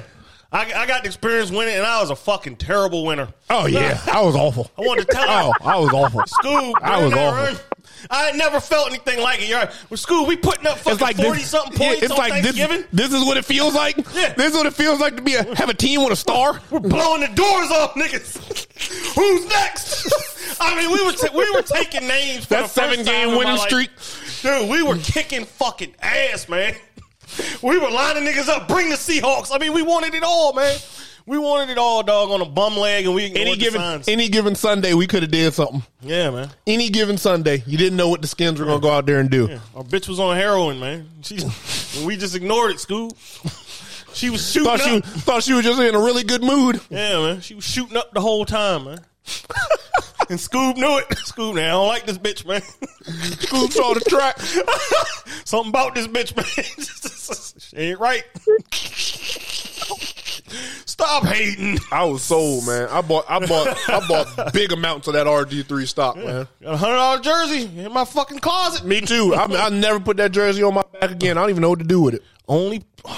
Speaker 4: I, I got the experience winning, and I was a fucking terrible winner.
Speaker 3: Oh yeah, I was awful.
Speaker 4: I wanted to tell
Speaker 3: Oh,
Speaker 4: you.
Speaker 3: I was awful.
Speaker 4: Scoob,
Speaker 3: I was
Speaker 4: man,
Speaker 3: awful.
Speaker 4: I had never felt anything like it. You're right. Well, Scoob, we putting up fucking
Speaker 3: It's like
Speaker 4: forty
Speaker 3: this,
Speaker 4: something points
Speaker 3: yeah, it's
Speaker 4: on
Speaker 3: like this,
Speaker 4: Thanksgiving.
Speaker 3: this is what it feels like.
Speaker 4: Yeah.
Speaker 3: This is what it feels like to be a, have a team with a star.
Speaker 4: We're blowing the doors off, niggas. Who's next? I mean, we were ta- we were taking names. For
Speaker 3: That
Speaker 4: the
Speaker 3: seven
Speaker 4: first time
Speaker 3: game
Speaker 4: in my
Speaker 3: winning
Speaker 4: life.
Speaker 3: streak.
Speaker 4: dude. We were kicking fucking ass, man. We were lining niggas up. Bring the Seahawks. I mean, we wanted it all, man. We wanted it all, dog, on a bum leg, and we ignored
Speaker 3: Any
Speaker 4: the
Speaker 3: given
Speaker 4: signs.
Speaker 3: any given Sunday, we could have did something.
Speaker 4: yeah, man.
Speaker 3: Any given Sunday, you didn't know what the skins were gonna go out there and do.
Speaker 4: Our bitch was on heroin, man. She, we just ignored it, school. She was shooting
Speaker 3: Thought
Speaker 4: up.
Speaker 3: she thought she was just in a really good mood.
Speaker 4: Yeah, man. She was shooting up the whole time, man. and Scoob knew it. Scoob, man, I don't like this bitch, man.
Speaker 3: Scoops on the track.
Speaker 4: Something about this bitch, man. she ain't right. Stop hating.
Speaker 3: I was sold, man. I bought I bought I bought big amounts of that RG three stock, man.
Speaker 4: Got a hundred dollar jersey in my fucking closet.
Speaker 3: Me too. I, I never put that jersey on my back again. I don't even know what to do with it.
Speaker 4: Only
Speaker 3: It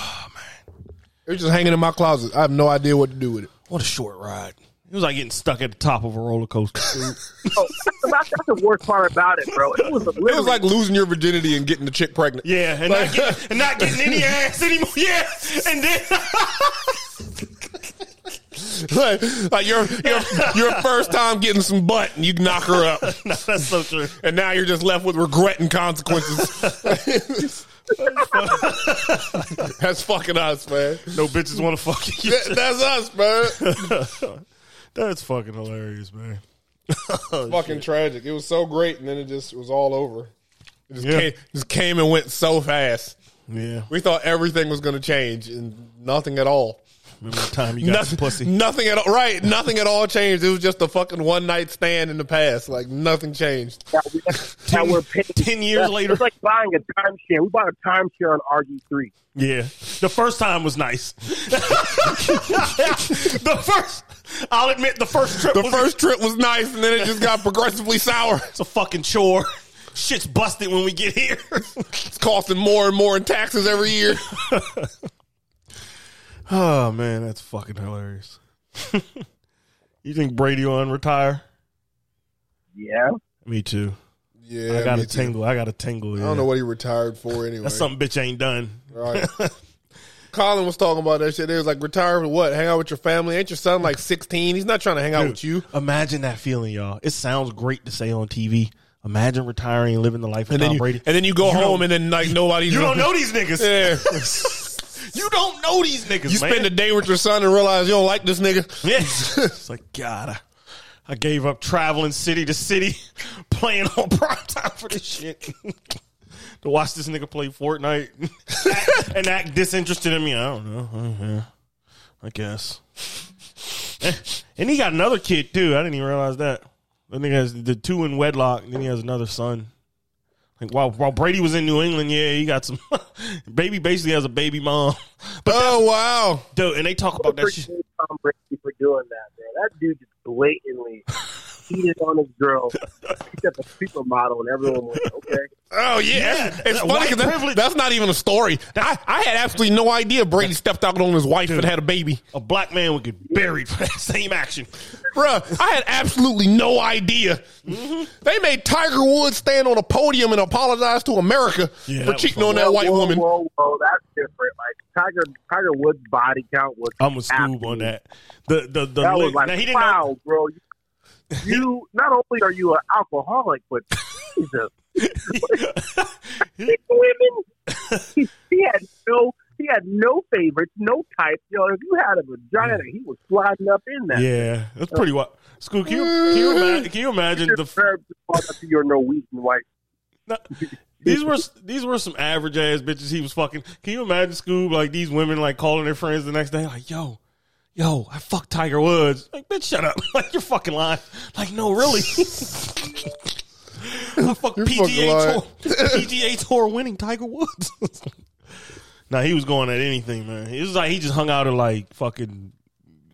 Speaker 3: was just hanging in my closet. I have no idea what to do with it.
Speaker 4: what a short ride. It was like getting stuck at the top of a roller coaster.
Speaker 5: Oh, that's, that's the worst part about it, bro. It was,
Speaker 3: It was like losing your virginity and getting the chick pregnant.
Speaker 4: yeah, and not, getting, and not getting any ass anymore. Yeah, and then
Speaker 3: like, like your your your first time getting some butt and you knock her up,
Speaker 4: no, that's so true.
Speaker 3: and now you're just left with regret and consequences. That's fucking us, man.
Speaker 4: No bitches want to fuck you.
Speaker 3: That- that's us, man.
Speaker 4: That's fucking hilarious, man.
Speaker 3: fucking tragic. It was so great, and then it just was all over. It just,
Speaker 4: Yeah.
Speaker 3: came, just came and went so fast.
Speaker 4: Yeah,
Speaker 3: We thought everything was going to change, and nothing at all.
Speaker 4: remember the time you got some pussy?
Speaker 3: Nothing at all. Right. Nothing at all changed. It was just a fucking one night stand in the past. Like nothing changed.
Speaker 5: that we're paying.
Speaker 4: Ten years later,
Speaker 5: It's like buying a timeshare. We bought a timeshare on RG3.
Speaker 4: yeah. The first time was nice. the first, I'll admit, the first trip
Speaker 3: The
Speaker 4: was
Speaker 3: first trip was nice, and then it just got progressively sour.
Speaker 4: it's a fucking chore. Shit's busted when we get here.
Speaker 3: It's costing more and more in taxes every year.
Speaker 4: oh man, that's fucking hilarious. you think Brady will unretire?
Speaker 5: Yeah.
Speaker 4: Me too.
Speaker 3: Yeah,
Speaker 4: I got
Speaker 3: me
Speaker 4: a
Speaker 3: too.
Speaker 4: tingle. I got a tingle. Yeah.
Speaker 3: I don't know what he retired for anyway.
Speaker 4: That's something bitch ain't done.
Speaker 3: Right. Colin was talking about that shit. It was like retire for what? Hang out with your family? Ain't your son like sixteen? He's not trying to hang out with you.
Speaker 4: Imagine that feeling, y'all. It sounds great to say on TV. Imagine retiring and living the life of
Speaker 3: And
Speaker 4: Tom
Speaker 3: then you,
Speaker 4: Brady.
Speaker 3: and then you go home,
Speaker 4: don't-
Speaker 3: and then like nobody's.
Speaker 4: You don't know these niggas.
Speaker 3: Yeah.
Speaker 4: You don't know these niggas.
Speaker 3: You
Speaker 4: man.
Speaker 3: spend a day with your son and realize you don't like this nigga.
Speaker 4: Yeah. it's like God. I, I gave up traveling city to city, playing on prime time for this shit. to watch this nigga play Fortnite and act disinterested in me. I don't know. Uh-huh. I guess. Eh, And he got another kid too. I didn't even realize that. That nigga has the two in wedlock, and then he has another son. Like while while Brady was in New England, yeah, he got some baby. Basically, has a baby mom,
Speaker 3: Oh wow!
Speaker 4: Oh, dude. And they talk about that shit.
Speaker 5: Appreciate Tom Brady for doing that, man. That dude just blatantly cheated on his girl, picked up a supermodel, and everyone was like, okay.
Speaker 3: Oh yeah, That's- it's
Speaker 4: that
Speaker 3: funny
Speaker 4: white
Speaker 3: because that,
Speaker 4: privilege.
Speaker 3: that's not even a story. I, I had absolutely no idea Brady stepped out on his wife and had a baby,
Speaker 4: A black man would get buried for that same action.
Speaker 3: bruh. I had absolutely no idea.
Speaker 4: Mm-hmm.
Speaker 3: They made Tiger Woods stand on a podium and apologize to America for
Speaker 4: Yeah, that
Speaker 3: cheating
Speaker 4: was
Speaker 3: on that
Speaker 5: Whoa,
Speaker 3: white
Speaker 5: whoa,
Speaker 3: woman.
Speaker 5: Whoa, whoa, that's different. Like Tiger, Tiger Woods' body count was.
Speaker 4: I'm a Scoob
Speaker 5: absolute.
Speaker 4: on that. The the the
Speaker 5: That
Speaker 4: lick-
Speaker 5: was
Speaker 4: Oh, now, he
Speaker 5: like,
Speaker 4: didn't know-
Speaker 5: wow, bro. You, you not only are you an alcoholic, but Jesus, These women. He, he had no, he had no favorites, no type. Yo, if you had a vagina, he was sliding up in that.
Speaker 4: Yeah, that's pretty wild. Scoob, can you can you, ima- can you imagine
Speaker 5: You're
Speaker 4: the
Speaker 5: very proud of your Norwegian wife.
Speaker 4: No, these were these were some average ass bitches he was fucking. Can you imagine Scoob like these women like calling their friends the next day like, "Yo, yo, I fucked Tiger Woods." Like, bitch, shut up. Like, you're fucking lying. Like, no, really. I fuck PGA
Speaker 3: lying.
Speaker 4: tour, PGA tour winning Tiger Woods. nah, he was going at anything, man. It was like he just hung out at like fucking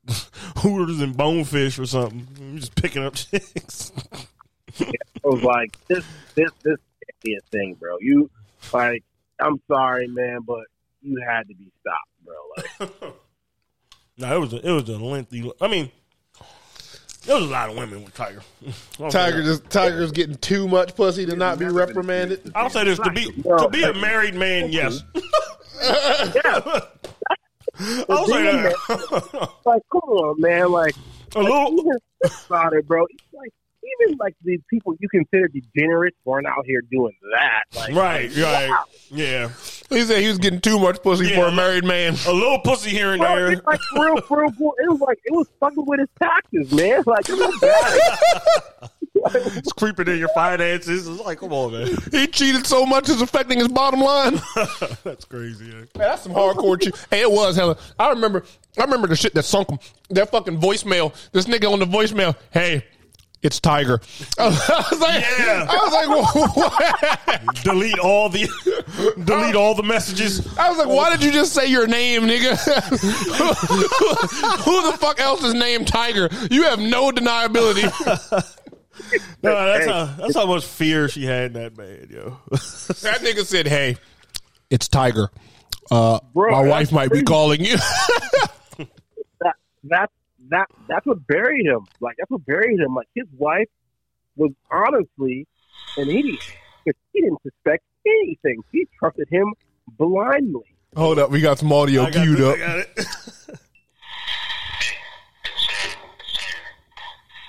Speaker 4: Hooters and Bonefish or something. He was just picking up chicks.
Speaker 5: I was like, this, this, this can't be a thing, bro. You, like, I'm sorry, man, but you had to be stopped, bro. Like,
Speaker 4: No, it was a, it was a lengthy. I mean, there was a lot of women with Tiger. I'll say
Speaker 3: Tiger
Speaker 4: that.
Speaker 3: just Tiger's getting too much pussy to not be reprimanded.
Speaker 4: I'll say this to be to be a married man. Yes,
Speaker 5: yeah,
Speaker 4: I'll say
Speaker 5: being
Speaker 4: that.
Speaker 5: like, come on, man. Like,
Speaker 4: a little.
Speaker 5: even think about it, bro. It's Like, even like the people you consider degenerates weren't out here doing that. Like,
Speaker 4: Right, right, yeah.
Speaker 3: He said he was getting too much pussy
Speaker 4: Yeah.
Speaker 3: for a married man.
Speaker 4: A little pussy here and
Speaker 5: bro,
Speaker 4: there.
Speaker 5: it's like real, real, real. It was like it was fucking with his taxes, man. Like, it was bad.
Speaker 4: It's creeping in your finances. It's like, come on, man.
Speaker 3: He cheated so much it's affecting his bottom line.
Speaker 4: That's crazy. eh? Yeah.
Speaker 3: Man, that's some hardcore shit. Hey, it was hella. I remember. I remember the shit that sunk him. That fucking voicemail. This nigga on the voicemail. Hey, it's Tiger. I was like,
Speaker 4: Yeah.
Speaker 3: I was like, wha- what?
Speaker 4: Delete all the delete all the messages.
Speaker 3: I was like, why did you just say your name, nigga? Who the fuck else is named Tiger? You have no deniability.
Speaker 4: No, that's how that's how much fear she had in that man, yo.
Speaker 3: that nigga said, hey, it's Tiger. Uh,
Speaker 5: Bro,
Speaker 3: my
Speaker 5: that's
Speaker 3: wife might be
Speaker 5: crazy.
Speaker 3: calling you.
Speaker 5: that that that that's what buried him. Like that's what buried him. Like his wife was honestly an idiot. 'Cause She didn't suspect anything. She trusted him blindly.
Speaker 3: Hold up, we got some audio
Speaker 4: I got
Speaker 3: queued
Speaker 4: this,
Speaker 3: up.
Speaker 4: I got it.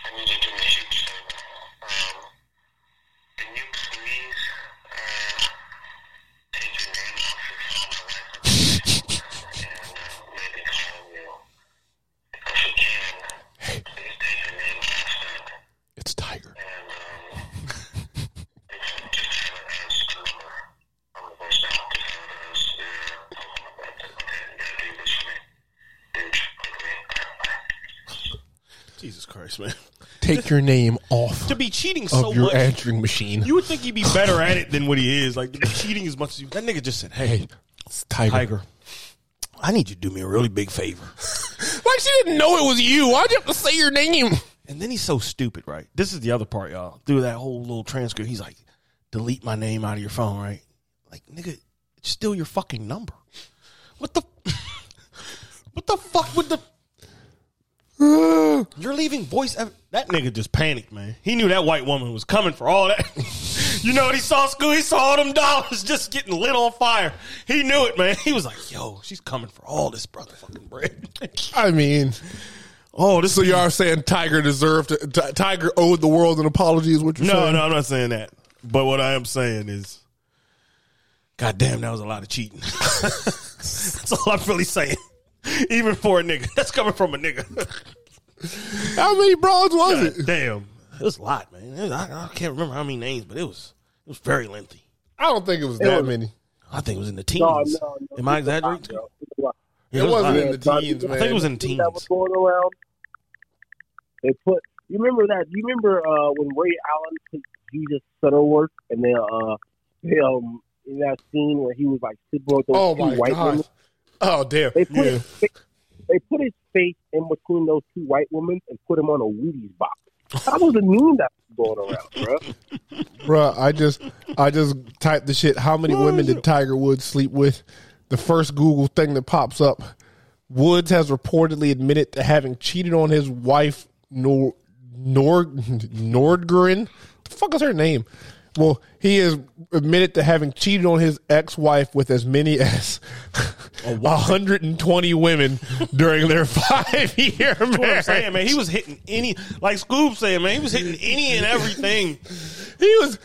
Speaker 7: I need you to do me a huge favor. Um, can you please uh, take your name off your phone and uh, maybe call you? If you can, please take your name off it
Speaker 3: It's Tiger.
Speaker 7: and um, if you just have it as the number on the voice dial, just have it as your phone number. Okay, you gotta do this for me. Huge, quickly. Bye.
Speaker 4: Jesus Christ, man.
Speaker 3: Take your name off.
Speaker 4: To be cheating
Speaker 3: of
Speaker 4: so
Speaker 3: your
Speaker 4: much.
Speaker 3: answering machine.
Speaker 4: You would think he'd be better at it than what he is. Like cheating as much as you. That nigga just said, "Hey,
Speaker 3: It's Tiger.
Speaker 4: Tiger, I need you to do me a really big favor."
Speaker 3: Like she didn't know it was you. Why'd you have to say your name?
Speaker 4: And then he's so stupid, right? This is the other part, y'all. Through that whole little transcript, he's like, "Delete my name out of your phone," right? Like, nigga, it's still your fucking number. What the? what the fuck would the? You're leaving voice. Ev- that nigga just panicked, man. He knew that white woman was coming for all that. you know what he saw? School. He saw all them dollars just getting lit on fire. He knew it, man. He was like, "Yo, she's coming for all this motherfucking bread."
Speaker 3: I mean,
Speaker 4: oh, this
Speaker 3: so y'all are saying Tiger deserved, to, Ti- Tiger owed the world an apology is what you're
Speaker 4: No,
Speaker 3: saying?
Speaker 4: no, I'm not saying that. But what I am saying is, God damn, that was a lot of cheating. That's all I'm really saying. Even for a nigga. That's coming from a nigga.
Speaker 3: How many brawls was
Speaker 4: God
Speaker 3: it?
Speaker 4: damn. It was a lot, man. It was- I, I can't remember how many names, but it was it was very lengthy.
Speaker 3: I don't think it was that
Speaker 5: was-
Speaker 3: many.
Speaker 4: I think it was in the teens.
Speaker 5: No, no, no.
Speaker 4: Am I
Speaker 5: It's a lot,
Speaker 4: exaggerating?
Speaker 5: bro. It's a lot.
Speaker 4: Yeah,
Speaker 3: It
Speaker 4: was a lot.
Speaker 3: wasn't in the
Speaker 5: Yeah,
Speaker 3: teens,
Speaker 5: I
Speaker 3: man.
Speaker 4: I think it was in the
Speaker 5: That
Speaker 4: teens.
Speaker 5: was going around. They put. You remember that? You remember uh, when Ray Allen took Jesus Shuttleworth and they uh, they um in that scene where he was like sleeping with those
Speaker 3: oh
Speaker 5: two
Speaker 3: my
Speaker 5: white
Speaker 3: god.
Speaker 5: women.
Speaker 3: Oh damn.
Speaker 5: They put
Speaker 3: Yeah.
Speaker 5: his, fa- they put his face in between those two white women and put him on a Wheaties box. I wasn't mean that was going around, bro.
Speaker 3: Bruh, I just I just typed the shit. How many women did Tiger Woods sleep with? The first Google thing that pops up. Woods has reportedly admitted to having cheated on his wife Nor Nor Nordgren. The fuck is her name? Well, he has admitted to having cheated on his ex-wife with as many as 120 women during their five-year
Speaker 4: That's what I'm
Speaker 3: marriage.
Speaker 4: saying, man. He was hitting any, like Scoob saying, man, he was hitting any and everything.
Speaker 3: He was,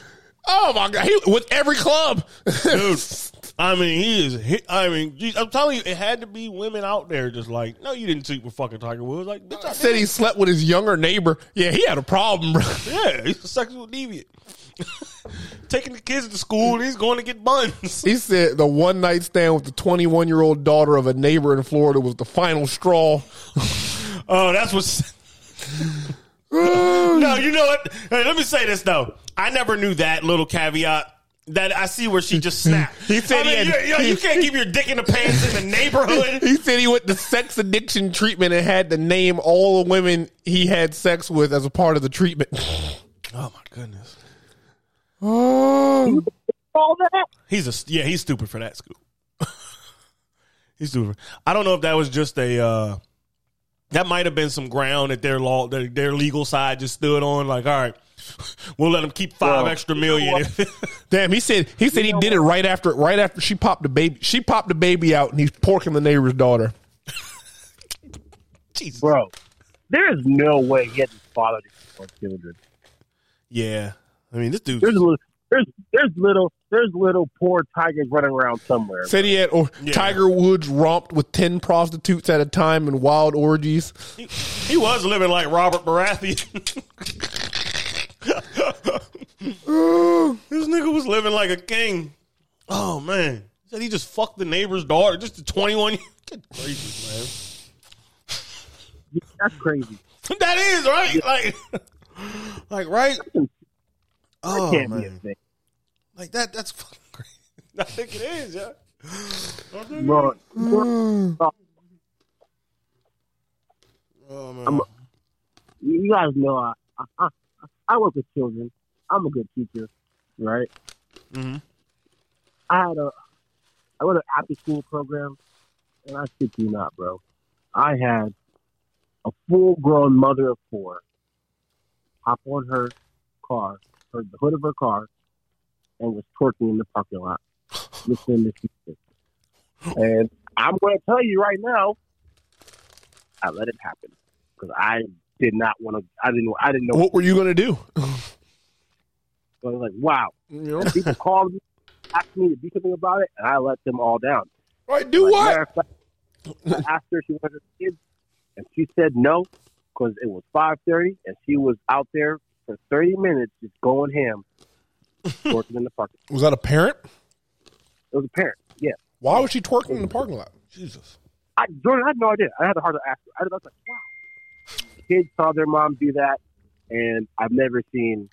Speaker 3: oh my god, he, with every club,
Speaker 4: Dude, I mean, he is. Hit, I mean, geez, I'm telling you, it had to be women out there just like, no, you didn't sleep with fucking Tiger Woods. Like, bitch, I
Speaker 3: Said he slept with his younger neighbor. Yeah, he had a problem, bro.
Speaker 4: Yeah, he's a sexual deviant. Taking the kids to school and he's going to get buns.
Speaker 3: He said the one night stand with the 21 year old daughter of a neighbor in Florida was the final straw.
Speaker 4: Oh, that's what's. no, you know what? Hey, let me say this though. I never knew that little caveat. That I see where she just snapped.
Speaker 3: He said
Speaker 4: I mean,
Speaker 3: he had-
Speaker 4: you- you, know, you can't keep your dick in the pants in the neighborhood.
Speaker 3: He said he went to sex addiction treatment and had to name all the women he had sex with as a part of the treatment.
Speaker 4: Oh my goodness,
Speaker 3: Oh,
Speaker 5: All that.
Speaker 4: he's a yeah, he's stupid for that school. he's stupid. I don't know if that was just a uh, that might have been some ground that their law their, their legal side just stood on. Like, all right, we'll let him keep five
Speaker 5: Well,
Speaker 4: extra million.
Speaker 3: damn! He said he said he did it right after right after she popped the baby. She popped the baby out and he's porking the neighbor's daughter.
Speaker 4: Jesus.
Speaker 5: Bro, there is no way he hasn't fathered his four children.
Speaker 4: Yeah, I mean this dude.
Speaker 5: There's little, there's there's little there's little poor tigers running around somewhere.
Speaker 3: Said he had or
Speaker 4: Yeah.
Speaker 3: Tiger Woods romped with ten prostitutes at a time in wild orgies.
Speaker 4: He, he was living like Robert Baratheon. this nigga was living like a king. Oh man, he said he just fucked the neighbor's daughter. Just the twenty one. Good gracious,
Speaker 5: That's crazy.
Speaker 4: man. that is right. Like, like right. Oh
Speaker 5: Can't be a
Speaker 4: man,
Speaker 5: thing.
Speaker 4: like that. That's fucking crazy. I think it is. Yeah. I think it
Speaker 5: Bro,
Speaker 4: is. Oh man.
Speaker 5: I'm- you guys know I, I I I work with children. I'm a good teacher, right?
Speaker 4: Mhm.
Speaker 5: I had a I went to after school program, and I shit you not, bro. I had a full grown mother of four hop on her car, her the hood of her car, and was twerking in the parking lot, listening to music. And I'm going to tell you right now, I let it happen because I did not want to. I didn't. I didn't know.
Speaker 3: What were you gonna do?
Speaker 5: So I was like, wow. And people called me, asked me to do something about it, and I let them all down.
Speaker 3: Right, do
Speaker 5: Like,
Speaker 3: what?
Speaker 5: matter of fact, I asked her if she wanted her kids, and she said no because it was five thirty, and she was out there for thirty minutes just going ham, working in the parking.
Speaker 3: Was that a parent?
Speaker 5: It was a parent. Yeah,
Speaker 3: Why was she twerking in the parking lot? Jesus.
Speaker 5: I Jordan, I had no idea. I had a hard to ask. Her. I was like, wow. Kids saw their mom do that, and I've never seen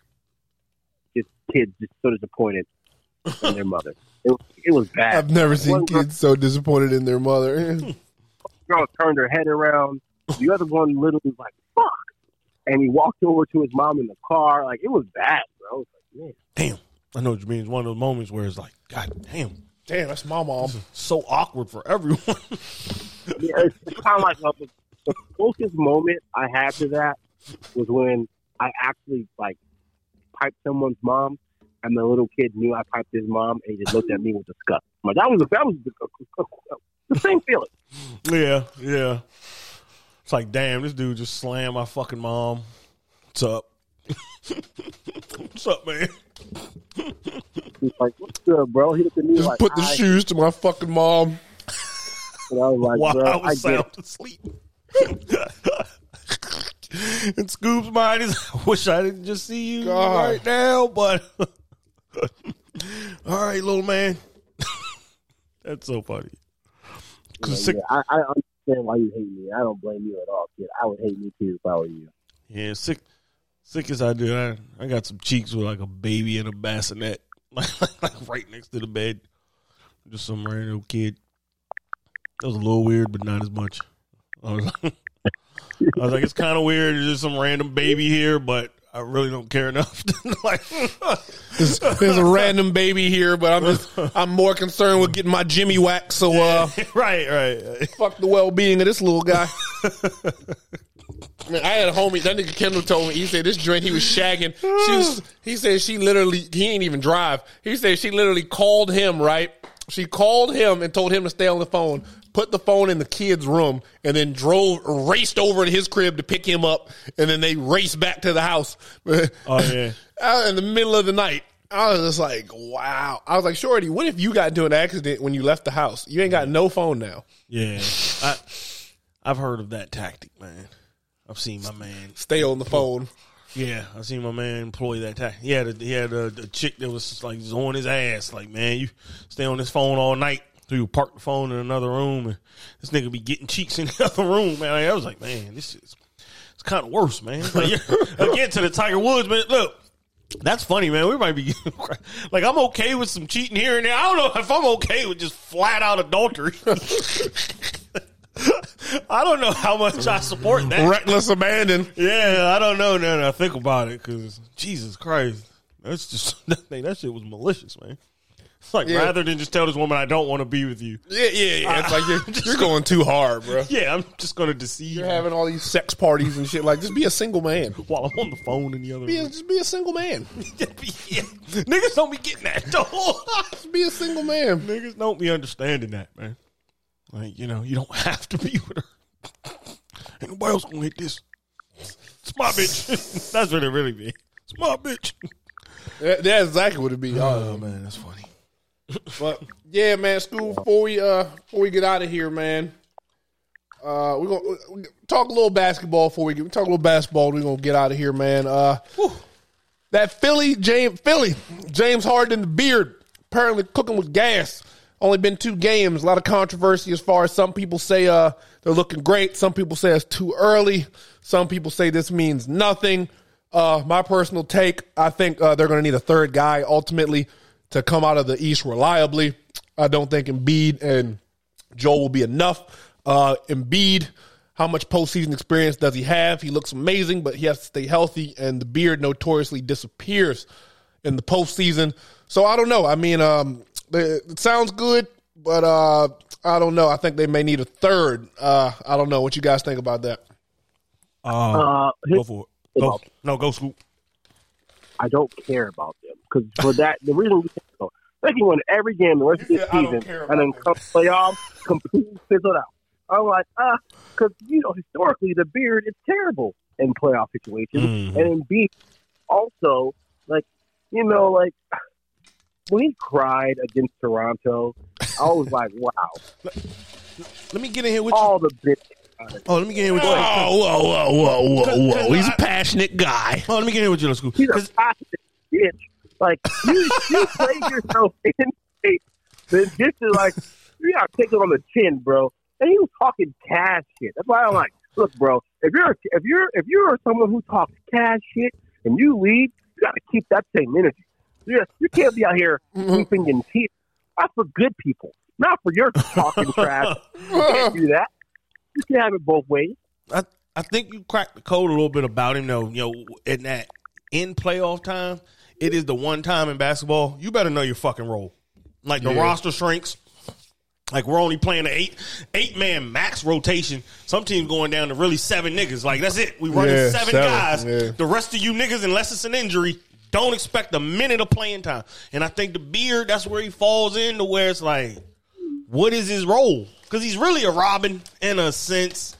Speaker 5: just kids just so disappointed in their mother. It, it was bad.
Speaker 3: I've never seen
Speaker 5: One girl-
Speaker 3: kids so disappointed in their mother.
Speaker 5: girl turned her head around. The other one literally was like, fuck. And he walked over to his mom in the car. Like, it was bad, bro. I was like, man.
Speaker 4: damn. I know what you mean. It's one of those moments where it's like, God damn,
Speaker 3: Damn, that's my mom.
Speaker 4: so awkward for everyone.
Speaker 5: Yeah, it's, it's kind of like uh, the- the closest moment I had to that was when I actually, like, piped someone's mom. And the little kid knew I piped his mom, and he just looked at me with disgust. I'm like, that was that was the, the same feeling.
Speaker 4: Yeah, yeah. It's like, damn, this dude just slammed my fucking mom. What's up? What's up, man?
Speaker 5: He's like, "What's good, bro?" He looked at me
Speaker 3: Just
Speaker 5: like,
Speaker 3: put the
Speaker 5: "Aight."
Speaker 3: shoes to my fucking mom.
Speaker 5: And I was like,
Speaker 4: While
Speaker 5: bro,
Speaker 4: I
Speaker 5: I
Speaker 4: was
Speaker 5: get it.
Speaker 4: sound asleep. and Scoop's mind is, I wish I didn't just see you
Speaker 3: God.
Speaker 4: right now, but all right, little man. That's so funny. 'Cause it's sick-
Speaker 5: Yeah, I, I understand why you hate me. I don't blame you at all, kid. I would hate me too if I were you.
Speaker 4: Yeah, sick, sick as I do. I, I got some cheeks with like a baby in a bassinet, like, like, right next to the bed. Just some random kid. That was a little weird, but not as much. I was like, I was like, it's kind of weird. There's just some random baby here, but I really don't care enough. like,
Speaker 3: There's, there's a random baby here, but I'm just I'm more concerned with getting my Jimmy whacked. So uh,
Speaker 4: right, right.
Speaker 3: fuck the well being of this little guy. Man, I had a homie. That nigga Kendall told me. He said this joint he was shagging. She was, he said she literally. He ain't even drive. He said she literally called him. Right. She called him and told him to stay on the phone. Put the phone in the kid's room and then drove, raced over to his crib to pick him up, and then they raced back to the house.
Speaker 4: Oh yeah.
Speaker 3: out in the middle of the night. I was just like, wow. I was like, Shorty, what if you got into an accident when you left the house? You ain't got no phone now.
Speaker 4: Yeah, I, I've heard of that tactic, man. I've seen my man.
Speaker 3: Stay on the phone.
Speaker 4: Yeah, I've seen my man employ that tactic. He had a, he had a, a chick that was like was on his ass. Like, man, you stay on this phone all night. So you park the phone in another room, and this nigga be getting cheeks in the other room, man. Like, I was like, man, this is it's kind of worse, man. It's Like, yeah, again, to the Tiger Woods, man. Look, that's funny, man. We might be like, I'm okay with some cheating here and there. I don't know if I'm okay with just flat out adultery. I don't know how much I support that.
Speaker 3: Reckless abandon.
Speaker 4: Yeah, I don't know. Now that I think about it, because Jesus Christ, that's just that thing. That shit was malicious, man. It's like
Speaker 3: Yeah.
Speaker 4: rather than just tell this woman I don't want to be with you.
Speaker 3: Yeah, yeah, yeah. It's like you're, you're going too hard, bro.
Speaker 4: Yeah, I'm just gonna deceive you
Speaker 3: You're having all these sex parties and shit. Like, just be a single man.
Speaker 4: while I'm on the phone in the other
Speaker 3: Be a,
Speaker 4: room.
Speaker 3: just be a single man.
Speaker 4: Yeah. Niggas don't be getting that though.
Speaker 3: Just be a single man.
Speaker 4: Niggas don't be understanding that, man. Like you know, you don't have to be with her. Ain't nobody else gonna hit this. It's my bitch. that's what it really be. It's my bitch.
Speaker 3: That, that's exactly what it'd be. Uh,
Speaker 4: Oh man, that's funny.
Speaker 3: but yeah, man. School before we uh before we get out of here, man. Uh, we're gonna we talk a little basketball before we get we talk a little basketball. We're gonna get out of here, man. Uh, that Philly James Philly James Harden the beard apparently cooking with gas. Only been two games. A lot of controversy as far as some people say uh they're looking great. Some people say it's too early. Some people say this means nothing. Uh, my personal take: I think uh, they're going to need a third guy ultimately to come out of the East reliably. I don't think Embiid and Joel will be enough. Uh, Embiid, how much postseason experience does he have? He looks amazing, but he has to stay healthy, and the beard notoriously disappears in the postseason. So I don't know. I mean, um, the- it sounds good, but uh, I don't know. I think they may need a third. Uh, I don't know what you guys think about that.
Speaker 5: Uh,
Speaker 4: Go for it. Go. No, go scoop.
Speaker 5: I don't care about them because for that the reason we can't go, they can win every game the rest of
Speaker 3: You
Speaker 5: this
Speaker 3: said, "I don't
Speaker 5: season
Speaker 3: care about
Speaker 5: and then come playoffs completely fizzled out. I'm like ah, because you know historically the beard is terrible in playoff situations and in beat also like you know like when he cried against Toronto, I was like wow,
Speaker 4: Let me get in here with
Speaker 5: all the big
Speaker 4: Oh, let me get in with you.
Speaker 3: whoa, whoa, whoa,
Speaker 4: whoa, whoa. He's a
Speaker 3: passionate guy.
Speaker 4: Oh, let me get in with you, let's go.
Speaker 5: He's a
Speaker 4: 'Cause-
Speaker 5: toxic bitch. Like you, you played yourself in shape. Then this is like you gotta take it on the chin, bro. And you talking cash shit. That's why I'm like, look, bro. If you're if you're if you're someone who talks cash shit and you leave, you gotta keep that same energy. You, you can't be out here
Speaker 4: Mm-hmm.
Speaker 5: weeping in tears. That's for good people, not for your talking trash. You can't do that. You can have it both ways.
Speaker 4: I, I think you cracked the code a little bit about him, though. You know, in that in playoff time, it is the one time in basketball you better know your fucking role. Like the roster shrinks. Like we're only playing an eight eight man max rotation. Some teams going down to really seven niggas. Like that's it. We running
Speaker 3: Yeah,
Speaker 4: seven,
Speaker 3: seven,
Speaker 4: guys.
Speaker 3: yeah.
Speaker 4: The rest of you niggas, unless it's an injury, don't expect a minute of playing time. And I think the beard, that's where he falls into where it's like, what is his role? Because he's really a Robin in a sense.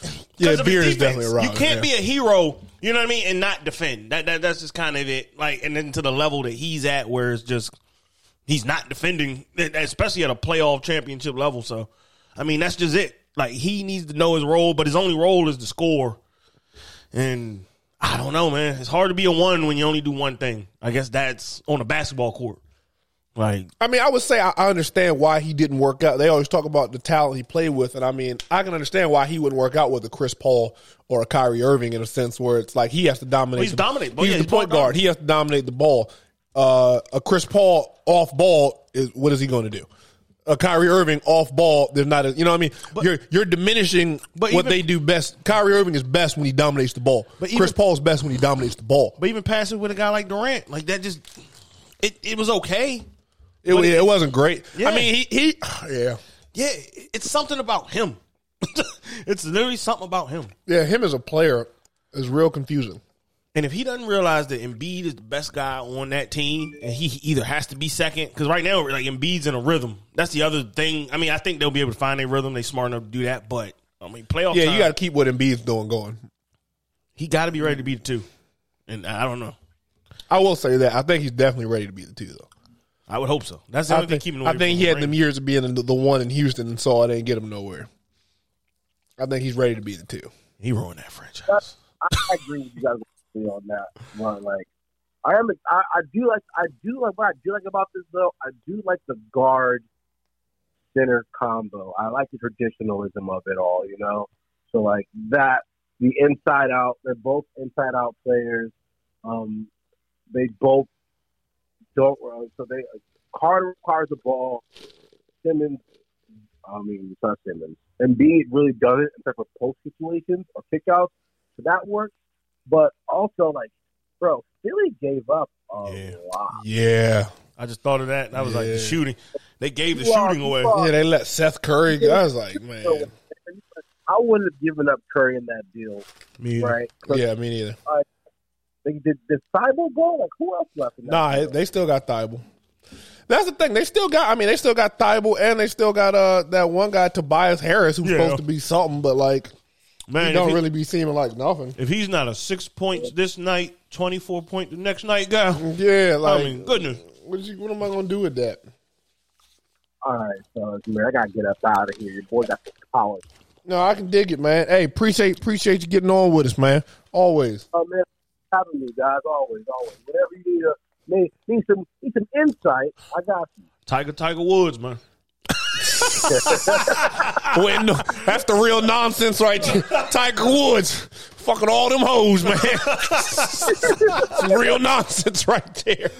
Speaker 3: Yeah,
Speaker 4: Because of his
Speaker 3: beard is
Speaker 4: defense.
Speaker 3: definitely a Robin.
Speaker 4: You can't
Speaker 3: yeah.
Speaker 4: be a hero, you know what I mean, and not defend. That, that that's just kind of it. Like, and then to the level that he's at, where it's just he's not defending, e, especially at a playoff championship level. So, I mean, that's just it. Like, he needs to know his role, but his only role is to score. And I don't know, man. It's hard to be a one when you only do one thing. I guess that's on a basketball court. Like,
Speaker 3: I mean, I would say I, I understand why he didn't work out. They always talk about the talent he played with, and I mean, I can understand why he wouldn't work out with a Chris Paul or a Kyrie Irving in a sense where it's like he has to dominate.
Speaker 4: he's
Speaker 3: the-
Speaker 4: dominant. Well,
Speaker 3: He's
Speaker 4: yeah,
Speaker 3: the
Speaker 4: he's
Speaker 3: point
Speaker 4: ball
Speaker 3: guard. He has to dominate the ball. Uh, a Chris Paul off ball is what is he going to do? a Kyrie Irving off ball, they're not. A, you know what I mean? you're you're diminishing
Speaker 4: But
Speaker 3: what
Speaker 4: even-
Speaker 3: they do best. Kyrie Irving is best when he dominates the ball.
Speaker 4: But
Speaker 3: But
Speaker 4: even-
Speaker 3: Chris Paul's best when he dominates the ball.
Speaker 4: But even passing with a guy like Durant, like that just it, it was okay.
Speaker 3: It,
Speaker 4: but-
Speaker 3: it wasn't great.
Speaker 4: Yeah.
Speaker 3: I mean, he he yeah
Speaker 4: Yeah, it's something about him. it's literally something about him.
Speaker 3: yeah him as a player is real confusing.
Speaker 4: And if he doesn't realize that Embiid is the best guy on that team, and he either has to be second, because right now, like Embiid's in a rhythm. That's the other thing. I mean, I think they'll be able to find a rhythm. They smart enough to do that, but I mean, playoff.
Speaker 3: Yeah,
Speaker 4: time,
Speaker 3: you got to keep what Embiid's doing going.
Speaker 4: he got to be ready to be the two. And I don't know.
Speaker 3: I will say that I think he's definitely ready to be the two though.
Speaker 4: I would hope so. That's the
Speaker 3: I
Speaker 4: only thing
Speaker 3: think,
Speaker 4: keeping. him
Speaker 3: I
Speaker 4: away
Speaker 3: think
Speaker 4: from
Speaker 3: he
Speaker 4: the
Speaker 3: had
Speaker 4: ring.
Speaker 3: them years of being the, the one in Houston and saw it didn't get him nowhere. I think he's ready to be the two.
Speaker 4: He ruined that franchise.
Speaker 5: I agree with you guys on that. But like, I am. I, I do like. I do like what I do like about this though. I do like the guard center combo. I like the traditionalism of it all. You know, so like that. The inside out. They're both inside out players. Um, they both don't. uh, So they Carter requires the ball. Simmons. I mean, it's not Simmons. Embiid really does it except for post situations or kickouts. So that works. But also, like, bro, Philly gave up a
Speaker 4: Yeah.
Speaker 5: lot.
Speaker 3: Yeah,
Speaker 4: I just thought of that. and I was like the
Speaker 3: Yeah.
Speaker 4: shooting. They gave the
Speaker 5: You are-
Speaker 4: shooting
Speaker 5: you
Speaker 4: away.
Speaker 5: are-
Speaker 3: yeah. They let Seth Curry. go. I was like,
Speaker 5: So,
Speaker 3: man,
Speaker 5: I wouldn't have given up Curry in that deal,
Speaker 4: Me either.
Speaker 5: right? 'Cause
Speaker 3: yeah, me neither.
Speaker 5: They did did Cybo go? Like, who else left? In that
Speaker 3: Nah,
Speaker 5: deal?
Speaker 3: they still got Thibault. That's the thing. They still got. I mean, they still got Thibault, and they still got uh that one guy Tobias Harris who's
Speaker 4: Yeah.
Speaker 3: supposed to be something, but like
Speaker 4: Man,
Speaker 3: he
Speaker 4: if
Speaker 3: don't
Speaker 4: he-
Speaker 3: really be seeming like nothing.
Speaker 4: If he's not a six points this night, twenty four point the next night guy.
Speaker 3: Yeah, like
Speaker 4: I mean, goodness.
Speaker 3: what, you, what am I gonna do with that?
Speaker 5: All right, so man, I gotta get us out of here. Your boy got the college.
Speaker 3: No, I can dig it, man. Hey, appreciate appreciate you getting on with us, man. Always.
Speaker 5: Oh man, having me, guys. Always, always. Whatever you need, uh, need, need some need some insight. I got you.
Speaker 4: Tiger Tiger Woods, man.
Speaker 3: Wait, no, that's the real nonsense right there. Tiger Woods fucking all them hoes, man. Some real nonsense right there.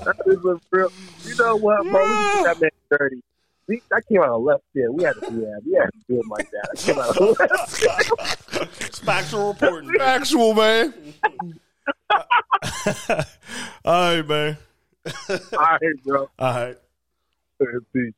Speaker 5: That is a real. You know what, bro? We did that man dirty. We, I came out of left field. We had to, yeah, we had to do him like that. I came out of left field.
Speaker 4: It's factual reporting.
Speaker 3: Factual, man.
Speaker 4: All right, man.
Speaker 5: All right, bro.
Speaker 4: All right.
Speaker 5: Peace.